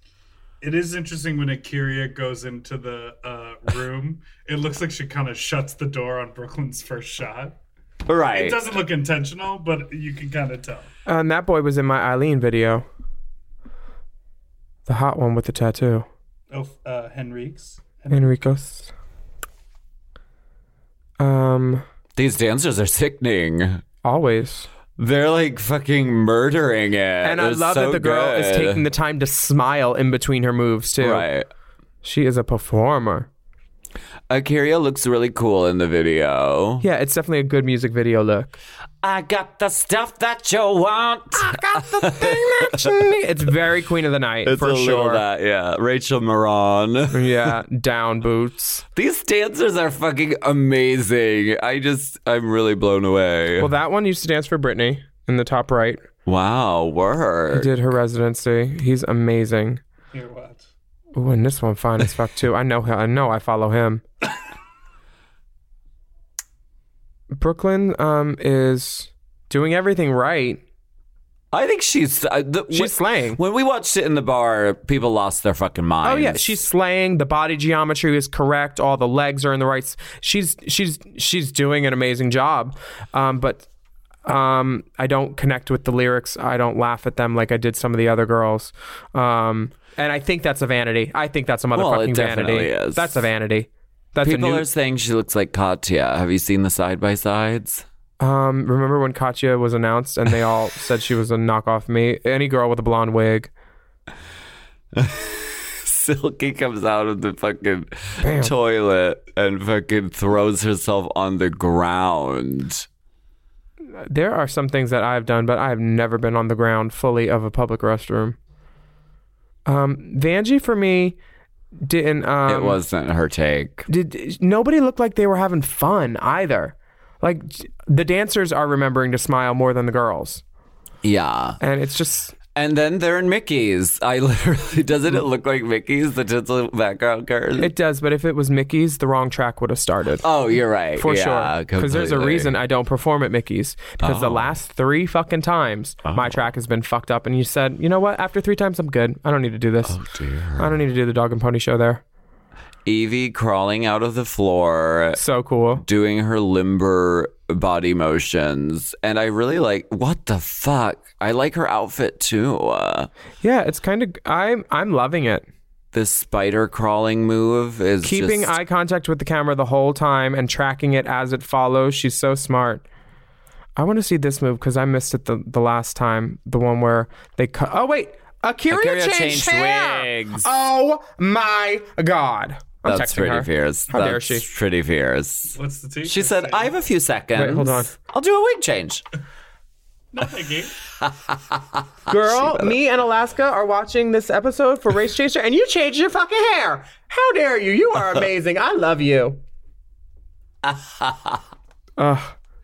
F: It is interesting when Akira goes into the uh, room. it looks like she kind of shuts the door on Brooklyn's first shot.
D: Right.
F: It doesn't look intentional, but you can kind of tell.
C: Uh, and that boy was in my Eileen video. The hot one with the tattoo.
F: Oh, uh, Henrique's.
C: Enrico's. Um,
D: These dancers are sickening.
C: Always.
D: They're like fucking murdering it.
C: and I love that the girl is taking the time to smile in between her moves too.
D: Right.
C: She is a performer.
D: Akira looks really cool in the video.
C: Yeah, it's definitely a good music video look.
D: I got the stuff that you want. I
C: got the thing that you need. It's very Queen of the Night
D: It's
C: for
D: a little
C: sure.
D: that, yeah. Rachel Moran.
C: yeah, down boots.
D: These dancers are fucking amazing. I just, I'm really blown away.
C: Well, that one used to dance for Britney in the top right.
D: wow,
C: He
D: word.
C: did her residency. He's amazing.
F: Here, what?
C: Ooh, and this one fine as fuck too. I know him. I know I follow him. Brooklyn um is doing everything right.
D: I think she's uh, the,
C: She's
D: when-
C: slaying.
D: When we watched it in the bar, people lost their fucking minds.
C: Oh yeah, she's slaying. The body geometry is correct. All the legs are in the right. s- She's she's she's doing an amazing job. Um, but um, I don't connect with the lyrics. I don't laugh at them like I did some of the other girls. Um, and I think that's a vanity. I think that's a motherfucking
D: Well, it
C: vanity.
D: definitely is.
C: That's a vanity. That's
D: people
C: a new-
D: are saying she looks like Katya. Have you seen the side by sides?
C: Um, remember when Katya was announced and they all said she was a knockoff me? Any girl with a blonde wig.
D: Silky comes out of the fucking
C: Bam.
D: toilet and fucking throws herself on the ground.
C: There are some things that I've done, but I have never been on the ground fully of a public restroom. Um, Vanjie for me didn't. Um,
D: it wasn't her take.
C: Did nobody looked like they were having fun either? Like the dancers are remembering to smile more than the girls,
D: Yeah.
C: and it's just
D: And then they're in Mickey's. I literally doesn't it look like Mickey's the tinsel background curtain?
C: it does. But if it was Mickey's, the wrong track would have started.
D: oh, you're right.
C: for
D: yeah,
C: sure. Because there's a
D: completely.
C: reason I don't perform at Mickey's. Because the
D: Oh.
C: last three fucking times my track has been fucked up, and you said, you know what? After three times, I'm good. I don't need to do this. Oh
D: dear.
C: I don't need to do the dog and pony show there.
D: Evie crawling out of the floor.
C: So cool.
D: Doing her limber body motions. And I really like, what the fuck? I like her outfit too. Uh,
C: Yeah, it's kind of I'm I'm loving it.
D: this spider crawling move is
C: Keeping
D: just-
C: eye contact with the camera the whole time and tracking it as it follows. She's so smart. I want to see this move because I missed it the, the last time. The one where they cut. Oh wait, Akira,
D: Akira
C: changed,
D: changed
C: hair!
D: wigs.
C: Oh my god! I'm
D: That's
C: texting
D: pretty
C: her.
D: fierce.
C: How
D: That's
C: dare she?
D: pretty fierce.
F: What's the tea?
D: She said, I have a few seconds.
C: Wait, hold on.
D: I'll do a wig change.
F: No, thank you.
C: Girl, me and Alaska are watching this episode for Race Chaser, and you changed your fucking hair. How dare you? You are amazing. I love you. Ugh.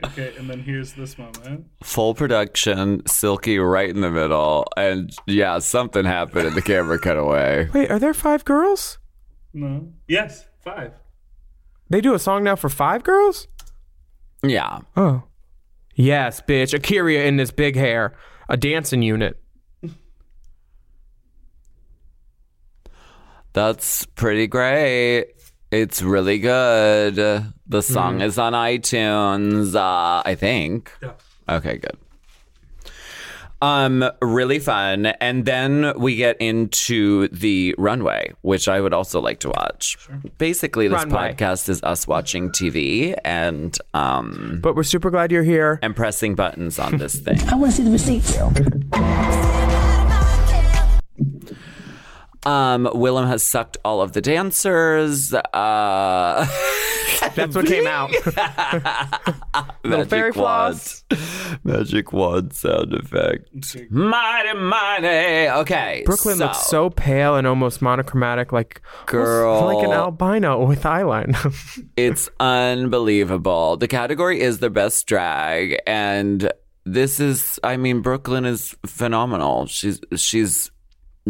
F: Okay, and then here's this moment.
D: Full production, silky right in the middle. And yeah, something happened and the camera cut away.
C: Wait, are there five girls?
F: No. Yes, five.
C: They do a song now for five girls?
D: Yeah.
C: Oh. Yes, bitch. Akira in this big hair, a dancing unit.
D: That's pretty great. It's really good. The
C: Mm.
D: song is on iTunes, uh, I think.
F: Yeah.
D: Okay, good. Um, really fun. And then we get into the runway, which I would also like to watch. Basically, this
C: Runway.
D: podcast is us watching TV and um
C: But we're super glad you're here.
D: and pressing buttons on this thing.
K: I want to see the receipts.
D: Um, Willem has sucked all of the dancers. Uh,
C: That's what came out.
D: Magic
C: fairy
D: wand. Magic wand sound effect. Mighty, mighty. Okay.
C: Brooklyn
D: so,
C: looks so pale and almost monochromatic, like
D: Girl.
C: like an albino with eyeliner.
D: It's unbelievable. The category is the best drag, and this is. I mean, Brooklyn is phenomenal. She's she's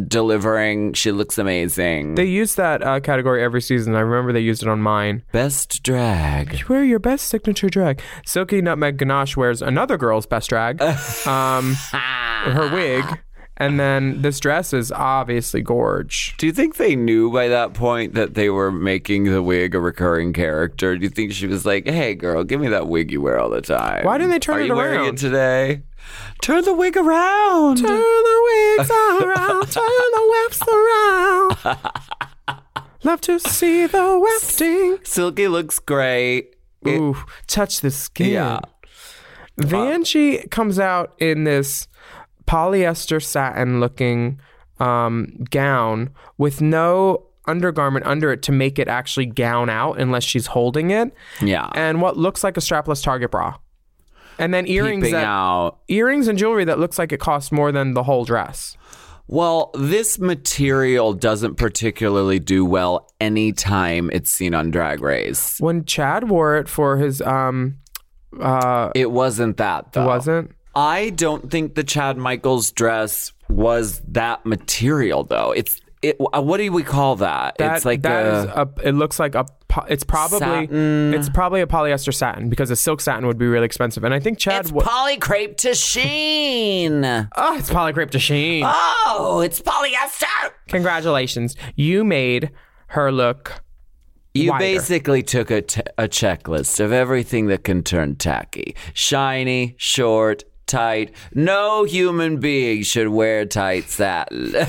D: delivering. She looks amazing.
C: They use that uh, category every season. I remember they used it on mine.
D: Best drag.
C: Wear your best signature drag. Silky Nutmeg Ganache wears another girl's best drag, um, her wig, and then this dress is obviously gorge.
D: Do you think they knew by that point that they were making the wig a recurring character? Do you think she was like, "Hey, girl, give me that wig you wear all the time"?
C: Why didn't they turn
D: Are
C: it
D: you wearing
C: around?
D: it today? Turn the wig around. Turn
C: the wigs around. turn the wefts around. Love to see the wefting.
D: Silky looks great.
C: Ooh, touch the skin. Yeah. Vanjie comes out in this polyester satin looking um, gown with no undergarment under it to make it actually gown out unless she's holding it.
D: Yeah.
C: And what looks like a strapless Target bra. And then earrings
D: Peeping
C: that,
D: out.
C: earrings and jewelry that looks like it costs more than the whole dress.
D: Well, this material doesn't particularly do well anytime it's seen on Drag Race.
C: When Chad wore it for his um uh
D: It wasn't that though.
C: wasn't
D: I don't think the Chad Michaels dress was that material though. It's it. uh, What do we call that?
C: That-
D: it's like
C: that
D: a, mm.
C: is uh, a- It looks like a. po- It's probably
D: Satin.
C: it's probably a polyester satin because a silk satin would be really expensive. And I think Chad. wa-
D: polycrepe to sheen.
C: oh, it's polycrepe to sheen.
D: Oh, it's polyester.
C: Congratulations, you made her look.
D: You
C: wider.
D: basically took a, t- a checklist of everything that can turn tacky shiny, short, tight. No human being should wear tight satin.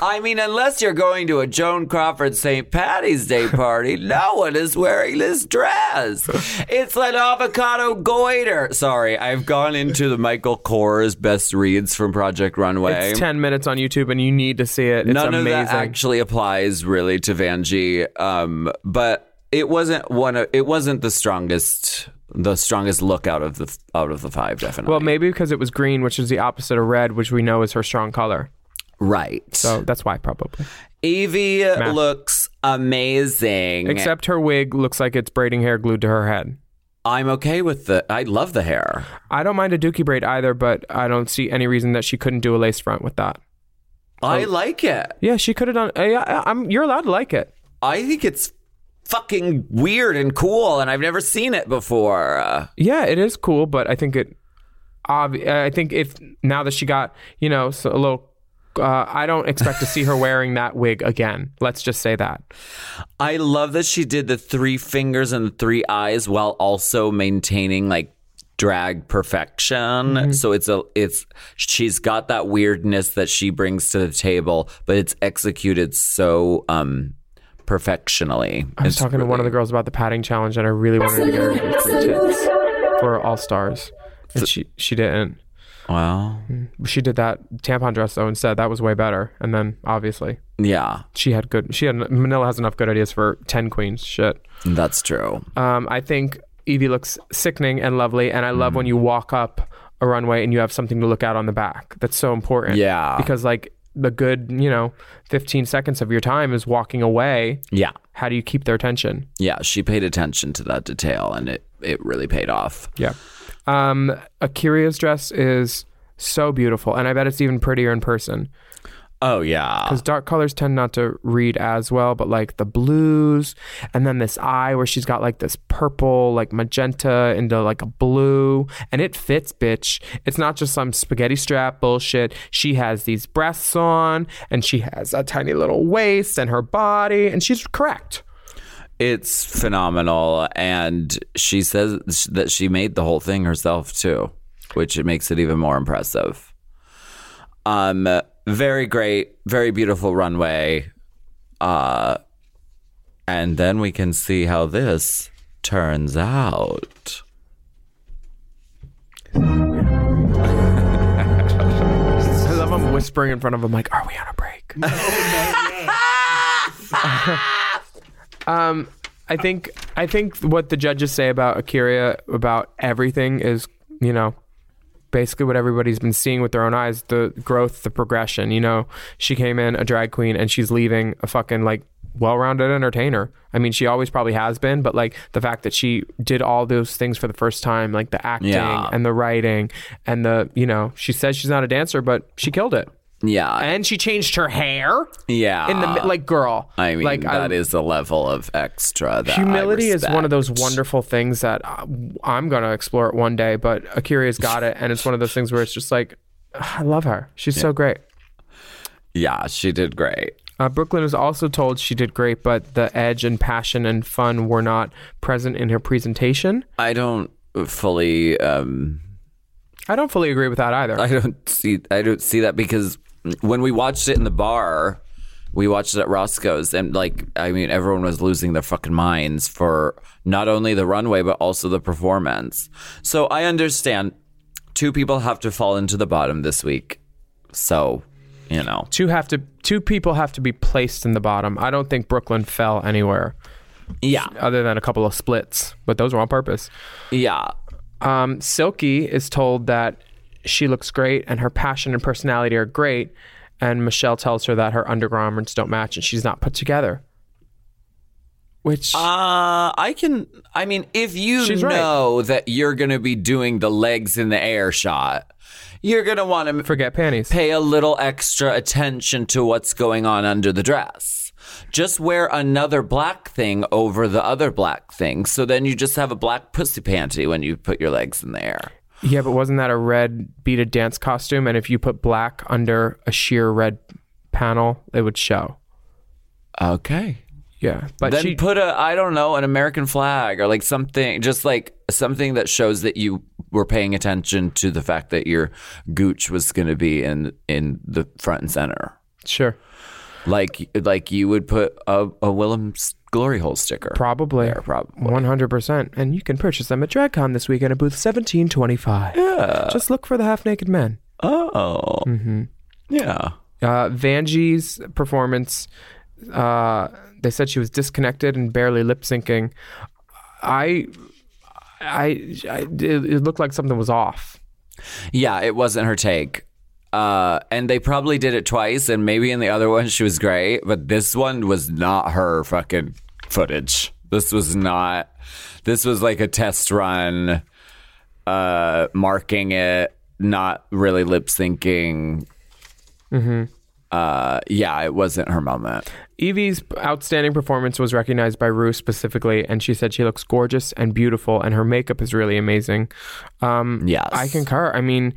D: I mean, unless you're going to a Joan Crawford St. Patty's Day party, no one is wearing this dress. It's an avocado goiter. Sorry, I've gone into the Michael Kors best reads from Project Runway.
C: It's ten minutes on YouTube, and you need to see it. It's
D: None
C: amazing.
D: of that actually applies really to Vanjie, um, but it wasn't one of it wasn't the strongest the strongest look out of the out of the five definitely.
C: well, maybe because it was green, which is the opposite of red, which we know is her strong color.
D: Right.
C: So that's why probably.
D: Evie
C: Math.
D: looks amazing.
C: Except her wig looks like it's braiding hair glued to her head.
D: I'm okay with the I love the hair.
C: I don't mind a dookie braid either, but I don't see any reason that she couldn't do a lace front with that.
D: I
C: Oh.
D: like it.
C: Yeah, she could have done. I, I, am you're allowed to like it.
D: I think it's fucking weird and cool and I've never seen it before. Uh,
C: Yeah, it is cool, but I think it. Obvi- I think if now that she got you know so a little, uh, I don't expect to see her wearing that wig again. Let's just say that.
D: I love that she did the three fingers and the three eyes while also maintaining like drag perfection.
C: Mm-hmm.
D: So it's a it's she's got that weirdness that she brings to the table, but it's executed so um perfectionally.
C: I was
D: It's
C: talking to one of the girls about the padding challenge, and I really wanted to get her to do tits for All Stars, and she she didn't.
D: Wow.
C: She did that tampon dress though instead. That was way better. And then obviously
D: Yeah,
C: she had good. She had Manila has enough good ideas for ten queens. Shit.
D: that's true.
C: Um, I think Evie looks sickening and lovely, and I love when you walk up a runway and you have something to look out on the back. That's so important.
D: Yeah.
C: because like the good, you know, fifteen seconds of your time is walking away.
D: Yeah.
C: How do you keep their attention?
D: Yeah, she paid attention to that detail and it it really paid off.
C: Yeah. Um, Akira's dress is so beautiful, and I bet it's even prettier in person.
D: Oh yeah.
C: because dark colors tend not to read as well but like the blues and then this eye where she's got like this purple like magenta into like a blue and it fits bitch it's not just some spaghetti strap bullshit she has these breasts on and she has a tiny little waist and her body and she's correct
D: It's phenomenal, and she says that she made the whole thing herself too, which it makes it even more impressive. Um, very great, very beautiful runway. Uh, and then we can see how this turns out.
C: I love I'm whispering in front of him like, "Are we on a break?" um, I think I think what the judges say about Akira about everything is, you know, basically what everybody's been seeing with their own eyes, the growth, the progression, you know. She came in a drag queen and she's leaving a fucking like well-rounded entertainer. I mean, she always probably has been, but like the fact that she did all those things for the first time, like the acting
D: Yeah.
C: and the writing and the, you know, she says she's not a dancer, but she killed it.
D: Yeah.
C: And she changed her hair.
D: Yeah.
C: In the mi- like girl.
D: I mean,
C: like, I-
D: that is the level of extra that I
C: Humility is one of those
D: respect.
C: wonderful things that uh, I'm going to explore it one day, but Akira's got it. And it's one of those things where it's just like, I love her. She's so great.
D: Yeah, she did great.
C: Uh, Brooklyn was also told she did great, but the edge and passion and fun were not present in her presentation.
D: I don't fully. Um,
C: I don't fully agree with that either.
D: I don't see. I don't see that because when we watched it in the bar, we watched it at Roscoe's, and like, I mean, everyone was losing their fucking minds for not only the runway but also the performance. So I understand. Two people have to fall into the bottom this week, so you know.
C: Two have to two people have to be placed in the bottom. I don't think Brooklyn fell anywhere.
D: Yeah.
C: Other than a couple of splits, but those were on purpose.
D: Yeah.
C: Um, Silky is told that she looks great and her passion and personality are great, and Michelle tells her that her undergarments don't match and she's not put together. Which
D: uh I can I mean if you
C: She's right.
D: know that you're going to be doing the legs in the air shot, you're going to want to
C: forget panties.
D: Pay a little extra attention to what's going on under the dress. Just wear another black thing over the other black thing. So then you just have a black pussy panty when you put your legs in the air.
C: Yeah, but wasn't that a red beaded dance costume? And if you put black under a sheer red panel, it would show.
D: Okay.
C: Yeah, but
D: then
C: she
D: put a I don't know an American flag or like something just like something that shows that you were paying attention to the fact that your gooch was going to be in in the front and center.
C: Sure.
D: Like like you would put a, a Willem's glory hole sticker.
C: probably
D: there, probably.
C: one hundred percent. And you can purchase them at DragCon this weekend at booth seventeen twenty five.
D: Yeah.
C: just look for the half naked men.
D: Oh.
C: Mm-hmm.
D: Yeah.
C: Uh, Vanjie's performance, uh, they said she was disconnected and barely lip syncing. I, I, I it, it looked like something was off.
D: Yeah, it wasn't her take. Uh, and they probably did it twice, and maybe in the other one she was great, but this one was not her fucking footage. This was not. This was like a test run, uh, marking it, not really lip syncing.
C: Mm-hmm.
D: Uh, yeah, it wasn't her moment.
C: Evie's outstanding performance was recognized by Rue specifically, and she said she looks gorgeous and beautiful, and her makeup is really amazing. Um,
D: yes,
C: I concur. I mean,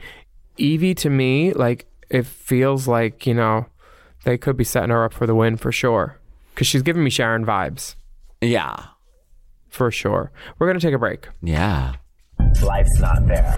C: Evie to me, like it feels like you know they could be setting her up for the win for sure, because she's giving me Sharon vibes.
D: Yeah,
C: for sure. We're gonna take a break.
D: Yeah.
L: Life's not fair.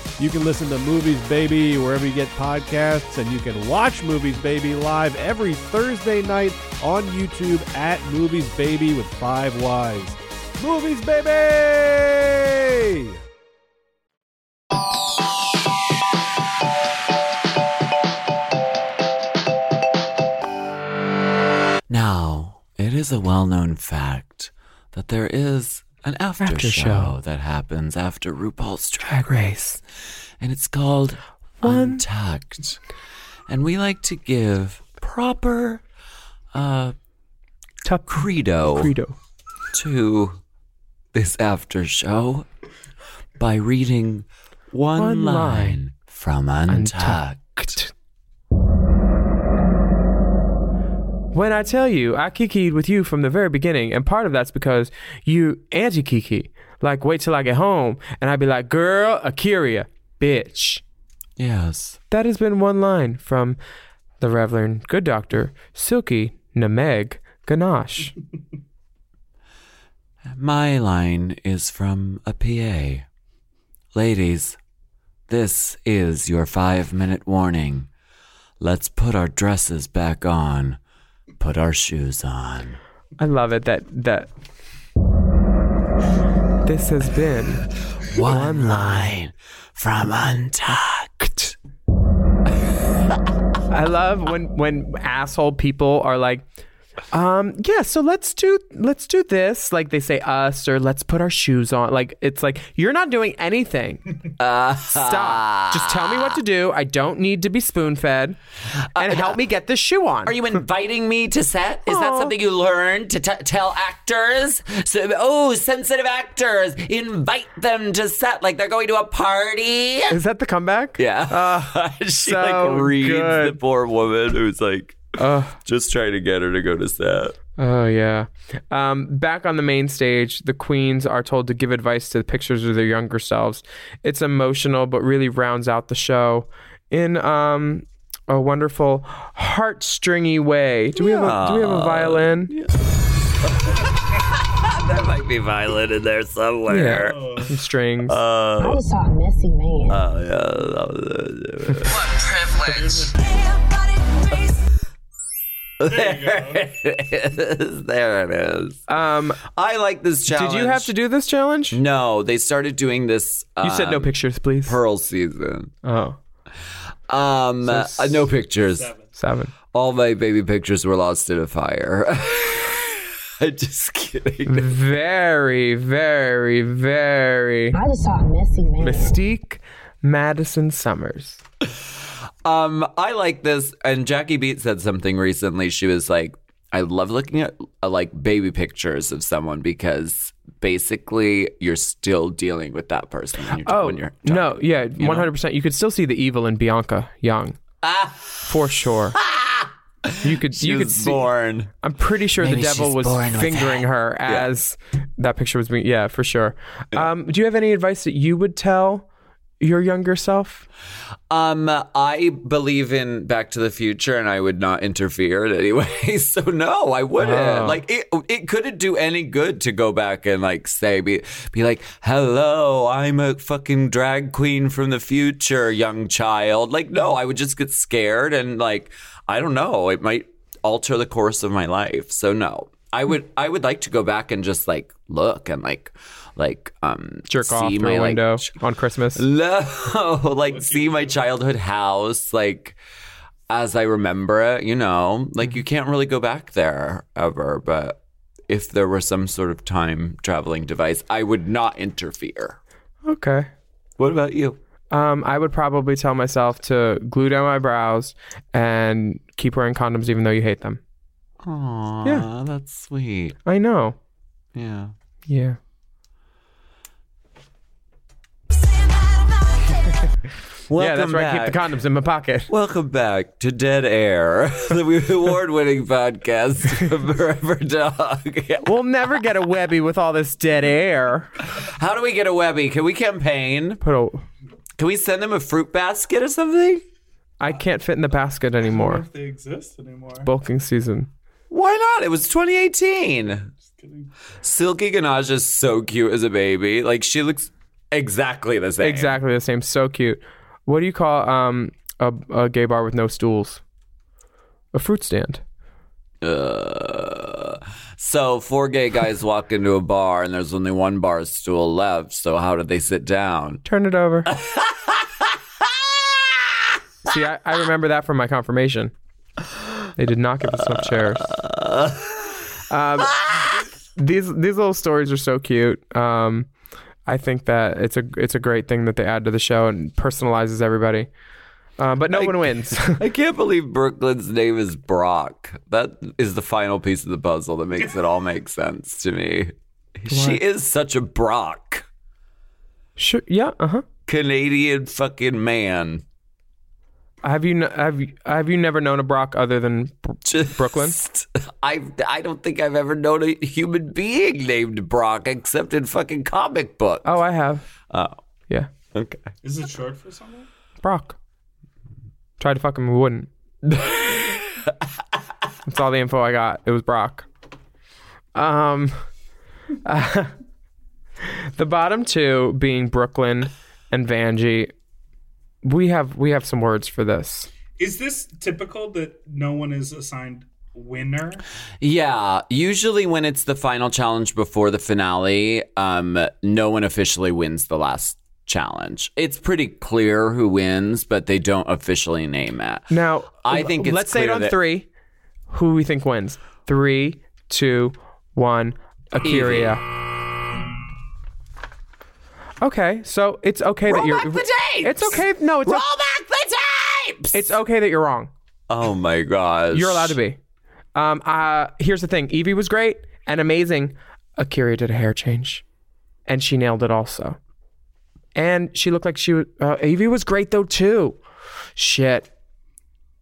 M: You can listen to Movies Baby wherever you get podcasts, and you can watch Movies Baby live every Thursday night on YouTube at Movies Baby with Five Wives. Movies, baby!
D: Now it is a well known fact that there is an after,
C: After
D: show,
C: show.
D: that happens after RuPaul's Drag
C: Drag Race.
D: And it's called Untucked. And we like to give proper uh, credo,
C: credo
D: to this after show by reading one,
C: One
D: line,
C: line
D: from
C: Untucked.
D: Untucked.
C: When I tell you, I kikied with you from the very beginning, and part of that's because you anti kiki. Like, wait till I get home, and I'd be like, girl, Akiria, bitch.
D: Yes.
C: That has been one line from the Reverend Good Doctor, Silky Nameg Ganache.
D: My line is from a PA. Ladies, this is your five minute warning. Let's put our dresses back on, put our shoes on.
C: I love it that that this has been
D: one line from Untucked.
C: I love when when asshole people are like, um, yeah, so let's do let's do this. Like they say us or let's put our shoes on. Like it's like you're not doing anything.
D: Uh-huh.
C: Stop. Just tell me what to do. I don't need to be spoon fed. And help me get this shoe on.
D: Uh, Are you inviting me to set? Is
C: Oh.
D: that something you learned to t- tell actors? So, oh, sensitive actors, invite them to set like they're going to a party.
C: Is that the comeback?
D: Yeah. Uh, she
C: so
D: like reads the
C: good. Uh.
D: poor woman who's like just trying to get her to go to set.
C: Oh yeah. Um, back on the main stage, the queens are told to give advice to the pictures of their younger selves. It's emotional, but really rounds out the show in um, a wonderful heartstringy way. Do we have a Do we have a
D: Yeah.
C: violin?
D: that might be violent in there somewhere.
C: Some strings.
G: I
D: Uh,
G: just saw a messy man.
D: oh, yeah. that was-
E: Privilege.
D: There it is. There it is.
C: Um,
D: I like this challenge.
C: Did you have to do this challenge?
D: No, they started doing this.
C: You said no
D: um,
C: pictures, please.
D: Pearl season.
C: Oh.
D: Um,
C: So
D: uh, no pictures.
C: seven. Seven.
D: All my baby pictures were lost in a fire. I'm just kidding.
C: Very, very, very.
G: I just saw a messy man.
C: Mystique Madison Summers.
D: Um, I like this. And Jackie Beat said something recently. She was like, I love looking at uh, like baby pictures of someone because basically you're still dealing with that person when you're, when you're
C: Oh, no, yeah, one hundred percent. You could still see the evil in Bianca Young, for sure. You could,
D: She
C: you could
D: was
C: see.
D: born.
C: I'm pretty sure
D: Maybe
C: the devil
D: she's
C: was
D: born with
C: fingering
D: that.
C: her
D: Yeah.
C: as that picture was being. Yeah, for sure. Um, do you have any advice that you would tell your younger self?
D: Um, I believe in Back to the Future, and I would not interfere in any way. So no, I wouldn't.
C: Oh.
D: Like it, it couldn't do any good to go back and like say be be like, "Hello, I'm a fucking drag queen from the future, young child." Like no, I would just get scared and like I don't know. It might alter the course of my life. So no, I would I would like to go back and just like look and like like um
C: Jerk
D: see
C: off through
D: my
C: a
D: like
C: window on Christmas.
D: no, like see my childhood house, like as I remember it, you know, like you can't really go back there ever. But if there were some sort of time traveling device, I would not interfere.
C: Okay.
D: What about you?
C: Um, I would probably tell myself to glue down my brows and keep wearing condoms, even though you hate them.
D: Aww,
C: Yeah.
D: that's sweet.
C: I know.
D: Yeah.
C: Yeah. yeah, that's where I keep the condoms in my pocket.
D: Welcome back to Dead Air, the award-winning podcast from Forever Dog.
C: We'll never get a Webby with all this dead air.
D: How do we get a Webby? Can we campaign?
C: Put a,
D: Can we send them a fruit basket or something?
C: I can't fit in the basket anymore.
F: They exist anymore.
C: Bulking season.
D: Why not? It was 2018. Silky Ganache is so cute as a baby. Like she looks exactly the same.
C: Exactly the same. So cute. What do you call um a, a gay bar with no stools? A fruit stand.
D: Uh, so four gay guys walk into a bar and there's only one bar stool left. So how did they sit down?
C: Turn it over. See, I, I remember that from my confirmation. They did not give us enough chairs. Um, these these little stories are so cute. Um, I think that it's a it's a great thing that they add to the show and personalizes everybody. Uh, but no one wins.
H: I can't believe Brooklyn's name is Brock. That is the final piece of the puzzle that makes it all make sense to me. She
C: What?
H: is such a Brock.
C: Sure. Yeah. Uh huh.
H: Canadian fucking man.
C: Have you kn- have you, have you never known a Brock other than Br- Brooklyn?
H: I I don't think I've ever known a human being named Brock except in fucking comic books.
C: Oh, I have.
H: Oh.
C: Yeah.
H: Okay.
F: Is it short for something?
C: Brock. Tried to fuck him, wouldn't. That's all the info I got. It was Brock. Um, the bottom two being Brooklyn and Vanjie. We have we have some words for this.
F: Is this typical that no one is assigned winner?
H: Yeah, usually when it's the final challenge before the finale, um, no one officially wins the last challenge. It's pretty clear who wins, but they don't officially name it.
C: Now
H: I think it's
C: let's say it
H: clear
C: on
H: that-
C: three. Who we think wins? Three, two, one. Akira. Okay, so it's okay that
H: Roll
C: you're.
H: back the tapes!
C: It's okay. No, it's
H: Roll
C: o-
H: back the tapes!
C: It's okay that you're wrong.
H: Oh my gosh.
C: You're allowed to be. Um, uh, here's the thing. Evie was great and amazing. Akira did a hair change, and she nailed it also. And she looked like she was. Uh, Evie was great though too. Shit.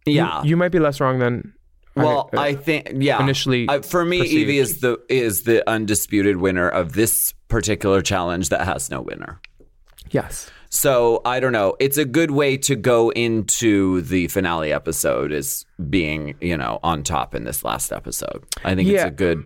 C: You-
H: Yeah.
C: You, might be less wrong than.
H: Well,
C: uh,
H: I think yeah.
C: Initially,
H: Uh, for me,
C: perceived.
H: Evie is the is the undisputed winner of this particular challenge that has no winner.
C: Yes.
H: So I don't know. It's a good way to go into the finale episode is being you know on top in this last episode. I think
C: Yeah.
H: it's a good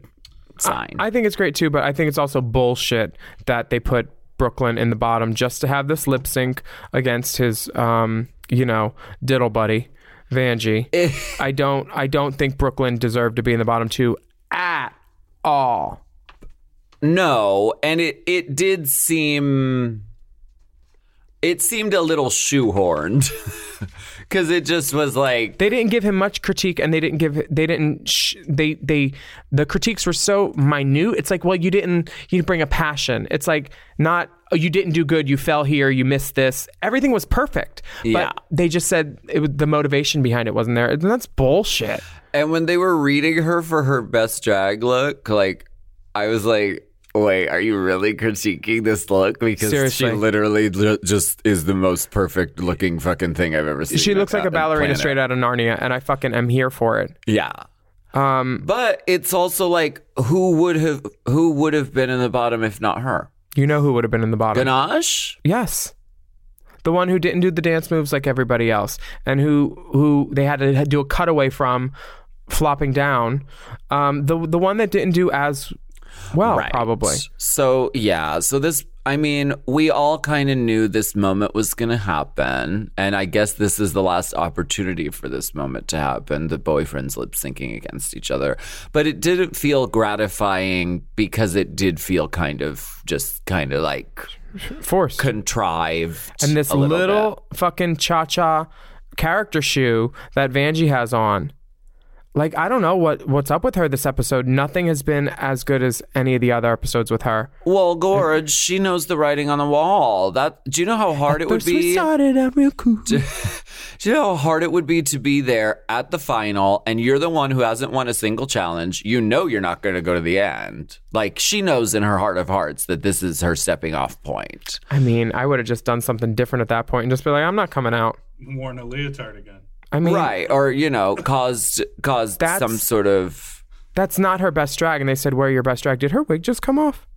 H: sign.
C: I think it's great too, but I think it's also bullshit that they put Brooklyn in the bottom just to have this lip sync against his, um, you know, diddle buddy, Vanjie. I don't, I don't think Brooklyn deserved to be in the bottom two at all.
H: No, and it it did seem it seemed a little shoehorned because it just was like
C: They didn't give him much critique, and they didn't give, they didn't, sh- they, they, the critiques were so minute. It's like, well, you didn't, you didn't bring a passion. It's like not. Oh, you didn't do good. You fell here. You missed this. Everything was perfect.
H: Yeah.
C: But they just said it, was- the motivation behind it wasn't there. And that's bullshit.
H: And when they were reading her for her best drag look, like I was like, "Wait, are you really critiquing this look?" Because
C: Seriously.
H: she literally li- just is the most perfect looking fucking thing I've ever seen.
C: She looks like a ballerina straight out of Narnia, and I fucking am here for it.
H: Yeah.
C: Um,
H: but it's also like, who would have who would have been in the bottom if not her?
C: You know who would have been in the bottom?
H: Ganache.
C: Yes. The one who didn't do the dance moves like everybody else, and who who they had to do a cutaway from, flopping down. Um, the the one that didn't do as well, probably.
H: So yeah, so this I mean, we all kind of knew this moment was going to happen, and I guess this is the last opportunity for this moment to happen, the boyfriends lip syncing against each other. But it didn't feel gratifying because it did feel kind of just kind of like
C: forced,
H: contrived.
C: And this
H: a
C: little,
H: bit.
C: fucking cha cha character shoe that Vanjie has on. Like I don't know what what's up with her this episode. Nothing has been as good as any of the other episodes with her.
H: Well, Gorge, she knows the writing on the wall. That do you know how hard it would
C: First we
H: be?
C: started out real cool.
H: Do you know how hard it would be to be there at the final and you're the one who hasn't won a single challenge? You know you're not going to go to the end. Like, she knows in her heart of hearts that this is her stepping off point.
C: I mean, I would have just done something different at that point and just be like, I'm not coming out.
F: Worn a leotard again.
C: I mean,
H: right. Or, you know, caused, caused
C: That's-
H: some sort of.
C: That's not her best drag. And they said, Wear your best drag. Did her wig just come off?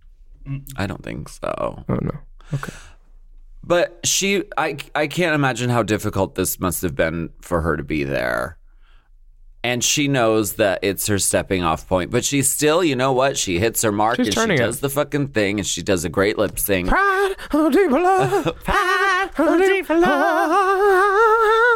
H: I don't think so.
C: Oh, no. Okay.
H: But she, I, I can't imagine how difficult this must have been for her to be there. And she knows that it's her stepping off point, but she still, you know what? She hits her mark
C: She's
H: and she
C: turning it.
H: does the fucking thing and she does a great lip sync.
C: Pride, oh, deep love. Pride, oh, deep love.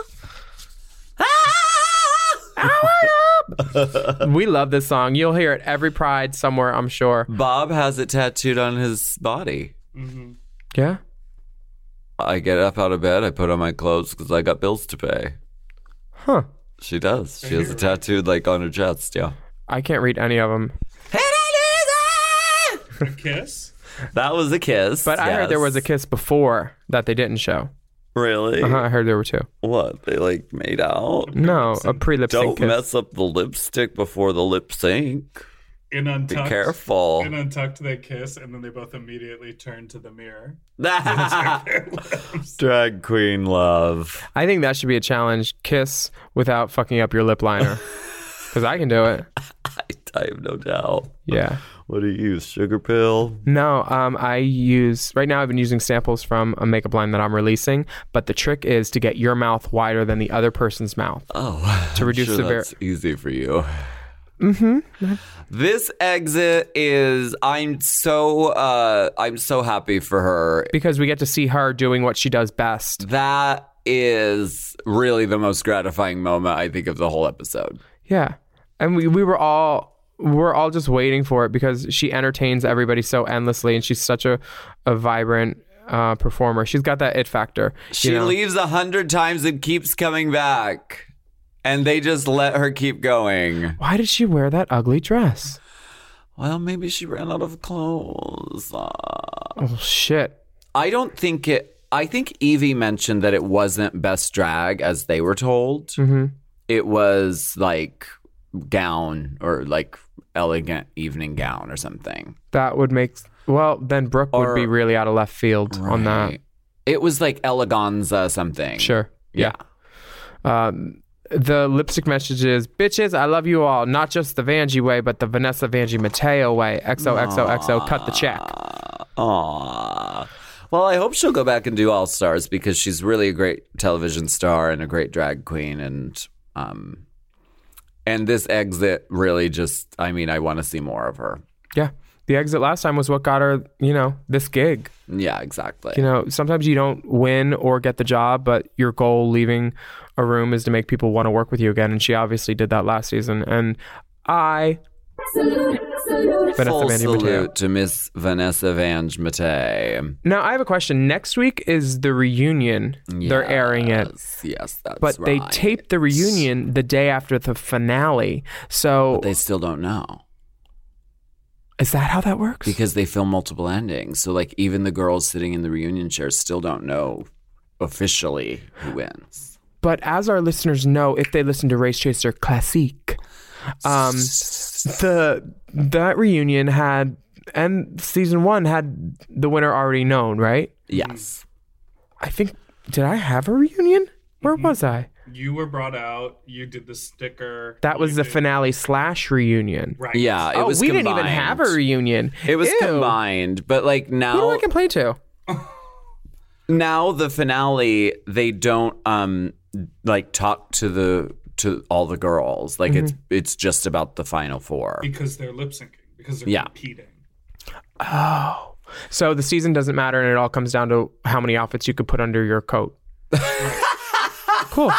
C: Ah, we love this song. You'll hear it every Pride somewhere, I'm sure.
H: Bob has it tattooed on his body.
C: Yeah.
H: I get up out of bed, I put on my clothes because I got bills to pay.
C: Huh.
H: She does. She has it tattooed like on her chest. Yeah.
C: I can't read any of them.
F: a kiss?
H: That was a kiss.
C: But I heard there
H: yes.
C: was a kiss before that they didn't show.
H: Really?
C: Uh-huh, I heard there were two.
H: What? They like made out?
C: No, a pre lip
H: Don't
C: sync kiss.
H: mess up the lipstick before the lip sync.
F: In Untucked.
H: Be careful.
F: In Untucked, they kiss, and then they both immediately turn to the mirror.
H: Drag queen love.
C: I think that should be a challenge. Kiss without fucking up your lip liner. Because I can do it.
H: I have no doubt.
C: Yeah.
H: What do you use? Sugar pill?
C: No, um, I use right now. I've been using samples from a makeup line that I'm releasing, but the trick is to get your mouth wider than the other person's mouth.
H: Oh,
C: to
H: I'm
C: reduce
H: sure
C: the
H: that's easy for you.
C: Mm-hmm.
H: This exit is I'm so uh I'm so happy for her.
C: Because we get to see her doing what she does best.
H: That is really the most gratifying moment I think of the whole episode.
C: Yeah, and we we were all we we're all just waiting for it because she entertains everybody so endlessly, and she's such a a vibrant uh, performer. She's got that it factor. you
H: She
C: know?
H: leaves a hundred times and keeps coming back. And they just let her keep going.
C: Why did she wear that ugly dress?
H: Well, maybe she ran out of clothes. Uh,
C: Oh shit.
H: I don't think it I think Evie mentioned that it wasn't best drag as they were told.
C: Mm-hmm.
H: It was like gown or like elegant evening gown or something.
C: That would make well then Brooke
H: Or-
C: would be really out of left field on that.
H: It was like eleganza something.
C: Sure. Yeah. Um, the lipstick message is bitches, I love you all, not just the Vanjie way, but the Vanessa Vanjie Mateo way. XOXOXO, cut the check.
H: Aw. Well, I hope she'll go back and do All Stars because she's really a great television star and a great drag queen and um and this exit really just I mean, I want to see more of her.
C: Yeah. The exit last time was what got her, you know, this gig.
H: Yeah, exactly.
C: You know, sometimes you don't win or get the job, but your goal leaving a room is to make people want to work with you again. And she obviously did that last season. And I, Vanessa
H: Full
C: Vanjie Mateo.
H: salute to Miss Vanessa Vange Matei.
C: now I have a question. Next week is the reunion. They're airing it.
H: Yes, that's
C: but they
H: right.
C: taped the reunion the day after the finale. So
H: they still don't know.
C: Is that how that works?
H: Because they film multiple endings. So like even the girls sitting in the reunion chairs still don't know officially who wins.
C: But as our listeners know, if they listen to Race Chaser Classique, um, the that reunion had and season one had the winner already known, right?
H: Yes.
C: I think did I have a reunion? Where was I?
F: You were brought out. You did the sticker.
C: That was the finale slash reunion.
F: Right.
H: Yeah, it
C: oh,
H: was
C: we didn't even have a
H: combined.
C: reunion.
H: It was
C: Ew.
H: combined, but like
C: Who do I
H: now
C: complain to?
H: now the finale they don't um like talk to the to all the girls. Like it's
C: Mm-hmm.
H: it's just about the final four.
F: Because they're lip syncing. Because they're
H: Yeah.
F: competing.
C: Oh. So the season doesn't matter and it all comes down to how many outfits you could put under your coat. cool.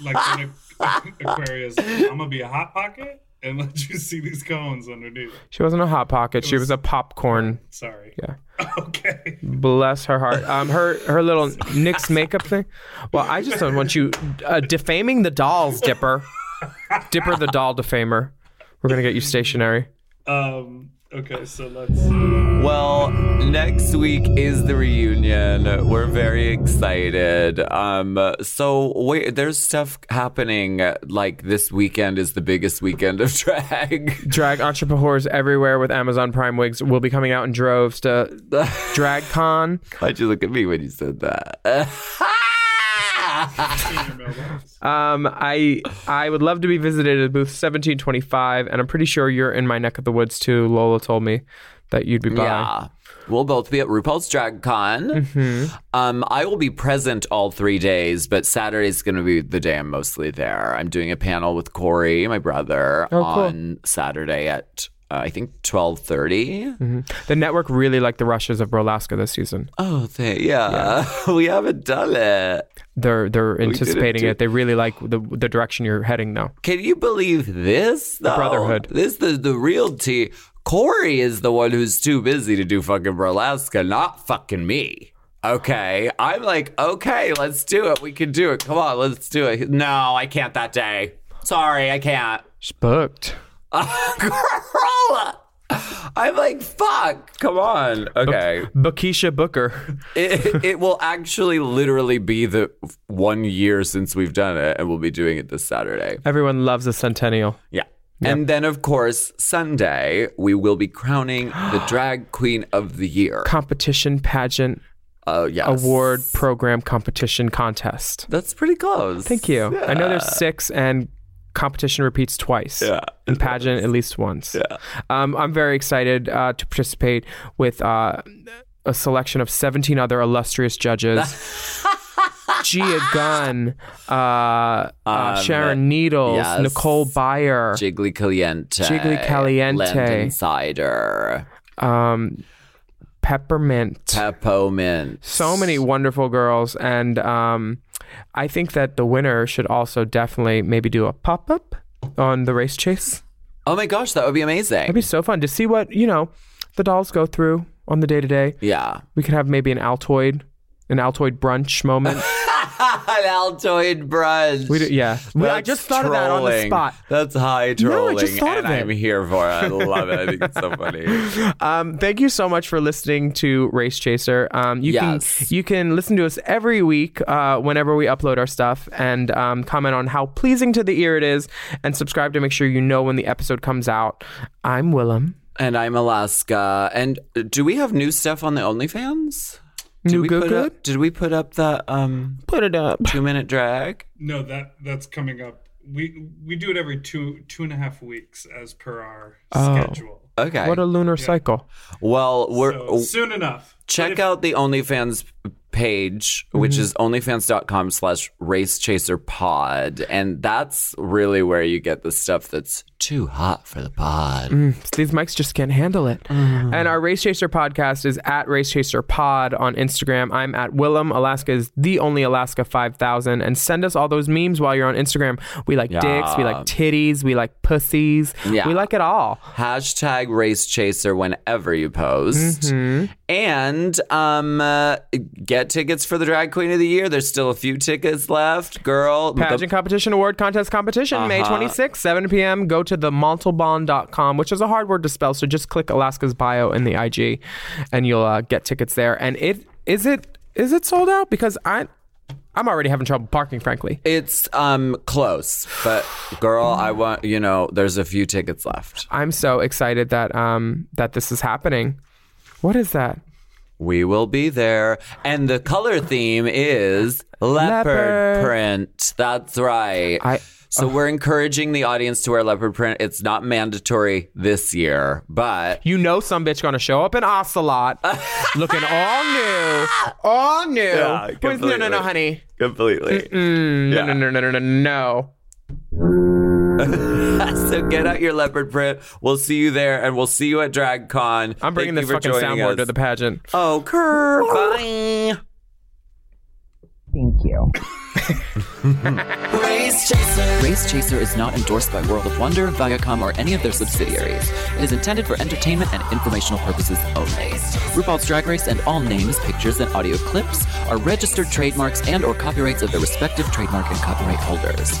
F: Like in Aqu- Aquarius, I'm gonna be a hot pocket and let you see these cones underneath.
C: She wasn't a hot pocket. she was a popcorn.
F: Sorry.
C: Yeah. Okay. Bless her heart. Um, her her little Nick's makeup thing. Well, I just don't want you uh, defaming the dolls, Dipper. Dipper the doll defamer. We're gonna get you stationary.
F: Um. Okay. So let's.
H: Well, next week is the reunion. We're very excited. Um, so wait, there's stuff happening. Like this weekend is the biggest weekend of drag.
C: Drag entrepreneurs everywhere with Amazon Prime wigs will be coming out in droves to DragCon.
H: Why'd you look at me when you said that?
C: Um, I I would love to be visited at booth 1725, and I'm pretty sure you're in my neck of the woods too. Lola told me that you'd be by.
H: Yeah. We'll both be at RuPaul's Drag Con.
C: Mm-hmm.
H: Um, I will be present all three days, but Saturday's going to be the day I'm mostly there. I'm doing a panel with Corey, my brother,
C: Oh, cool.
H: on Saturday at uh, I think 12:30.
C: Mhm. The network really liked the rushes of Brolaska this season.
H: Oh, they, yeah. we haven't done it.
C: They're they're
H: didn't
C: anticipating
H: do-
C: it. They really like the the direction you're heading now.
H: Can you believe this?
C: The
H: though?
C: brotherhood.
H: This the the real tea. Corey is the one who's too busy to do fucking burlesque, not fucking me. Okay, I'm like, okay, let's do it. We can do it. Come on, let's do it. No, I can't that day. Sorry, I can't.
C: She's booked.
H: Girl, I'm like, fuck, come on. Okay.
C: Bakisha Booker.
H: It, it will actually literally be the one year since we've done it, and we'll be doing it this Saturday.
C: Everyone loves a centennial.
H: Yeah. And then, of course, Sunday, we will be crowning the drag queen of the year.
C: Competition pageant.
H: Uh, yes.
C: Award program competition contest.
H: That's pretty close.
C: Thank you. I know there's six, and competition repeats twice.
H: Yeah.
C: And pageant at least once. Yeah. Um, I'm very excited uh, to participate with uh, a selection of 17 other illustrious judges. Gia Gunn, uh, uh,
H: Um,
C: Sharon Needles,
H: yes.
C: Nicole Byer,
H: Jiggly Caliente.
C: Jiggly Caliente.
H: London Cider.
C: um, Peppermint.
H: Peppermint.
C: So many wonderful girls, and um, I think that the winner should also definitely maybe do a pop up on the race chase.
H: Oh my gosh, that would be amazing.
C: It'd be so fun to see what you know the dolls go through on the day to day.
H: Yeah.
C: we could have maybe an Altoid, an Altoid brunch moment.
H: An Altoid brunch.
C: We do, yeah. We- I
H: That's
C: just thought of that on the
H: trolling.
C: spot.
H: That's high
C: No, I
H: trolling,
C: just thought of
H: and
C: it.
H: I'm here for it. I love it. I think it's so funny.
C: Um, thank you so much for listening to Race Chaser. Um, you
H: Yes.
C: can you can listen to us every week uh, whenever we upload our stuff and um, comment on how pleasing to the ear it is and subscribe to make sure you know when the episode comes out. I'm Willem.
H: And I'm Alaska. And do we have new stuff on the OnlyFans? Did
C: New
H: we
C: good
H: put
C: good?
H: Up, did we put up the um
C: put it up
H: two minute drag?
F: No, that that's coming up. We we do it every two two and a half weeks as per our schedule.
H: Okay.
C: What a lunar cycle.
H: well, we're
F: So soon enough.
H: Check out the OnlyFans page, which is onlyfans.com slash racechaserpod. And that's really where you get the stuff that's too hot for the pod.
C: Mm, these mics just can't handle it.
H: Mm.
C: And our Race Chaser podcast is at Race Chaser Pod on Instagram. I'm at Willem. Alaska is the only Alaska 5000. And send us all those memes while you're on Instagram. We like dicks, we
H: Yeah.
C: like titties, we like pussies.
H: Yeah.
C: We like it all.
H: Hashtag racechaser whenever you post. And um, uh, get tickets for the Drag Queen of the Year. There's still a few tickets left. Girl, the-
C: Pageant competition, award contest competition, May
H: Uh-huh.
C: 26th, 7 p.m. Go to the montalban.com, which is a hard word to spell. So just click Alaska's bio in the IG and you'll uh, get tickets there. And it is it is it sold out? Because I I'm already having trouble parking, frankly.
H: it's um close, but girl, I want you know. There's a few tickets left.
C: I'm so excited that um that this is happening. What is that?
H: We will be there, and the color theme is leopard,
C: Leopard.
H: print. That's right. so we're encouraging the audience to wear leopard print. It's not mandatory this year, but
C: You know some bitch gonna show up in Ocelot looking all new. All new.
H: Yeah,
C: Wait, no, no,
H: completely.
C: no, honey.
H: completely.
C: Mm, No, no, no, no, no, no.
H: so get out your leopard print. We'll see you there, and we'll see you at DragCon.
C: I'm bringing
H: Thank
C: this
H: you
C: fucking
H: for joining
C: soundboard
H: us.
C: to the pageant.
H: Oh, Kerr, bye.
N: Thank you.
O: Race Chaser.
D: Race Chaser is not endorsed by World of Wonder, Viacom, or any of their subsidiaries. It is intended for entertainment and informational purposes only. RuPaul's Drag Race and all names, pictures, and audio clips are registered trademarks and or copyrights of their respective trademark and copyright holders.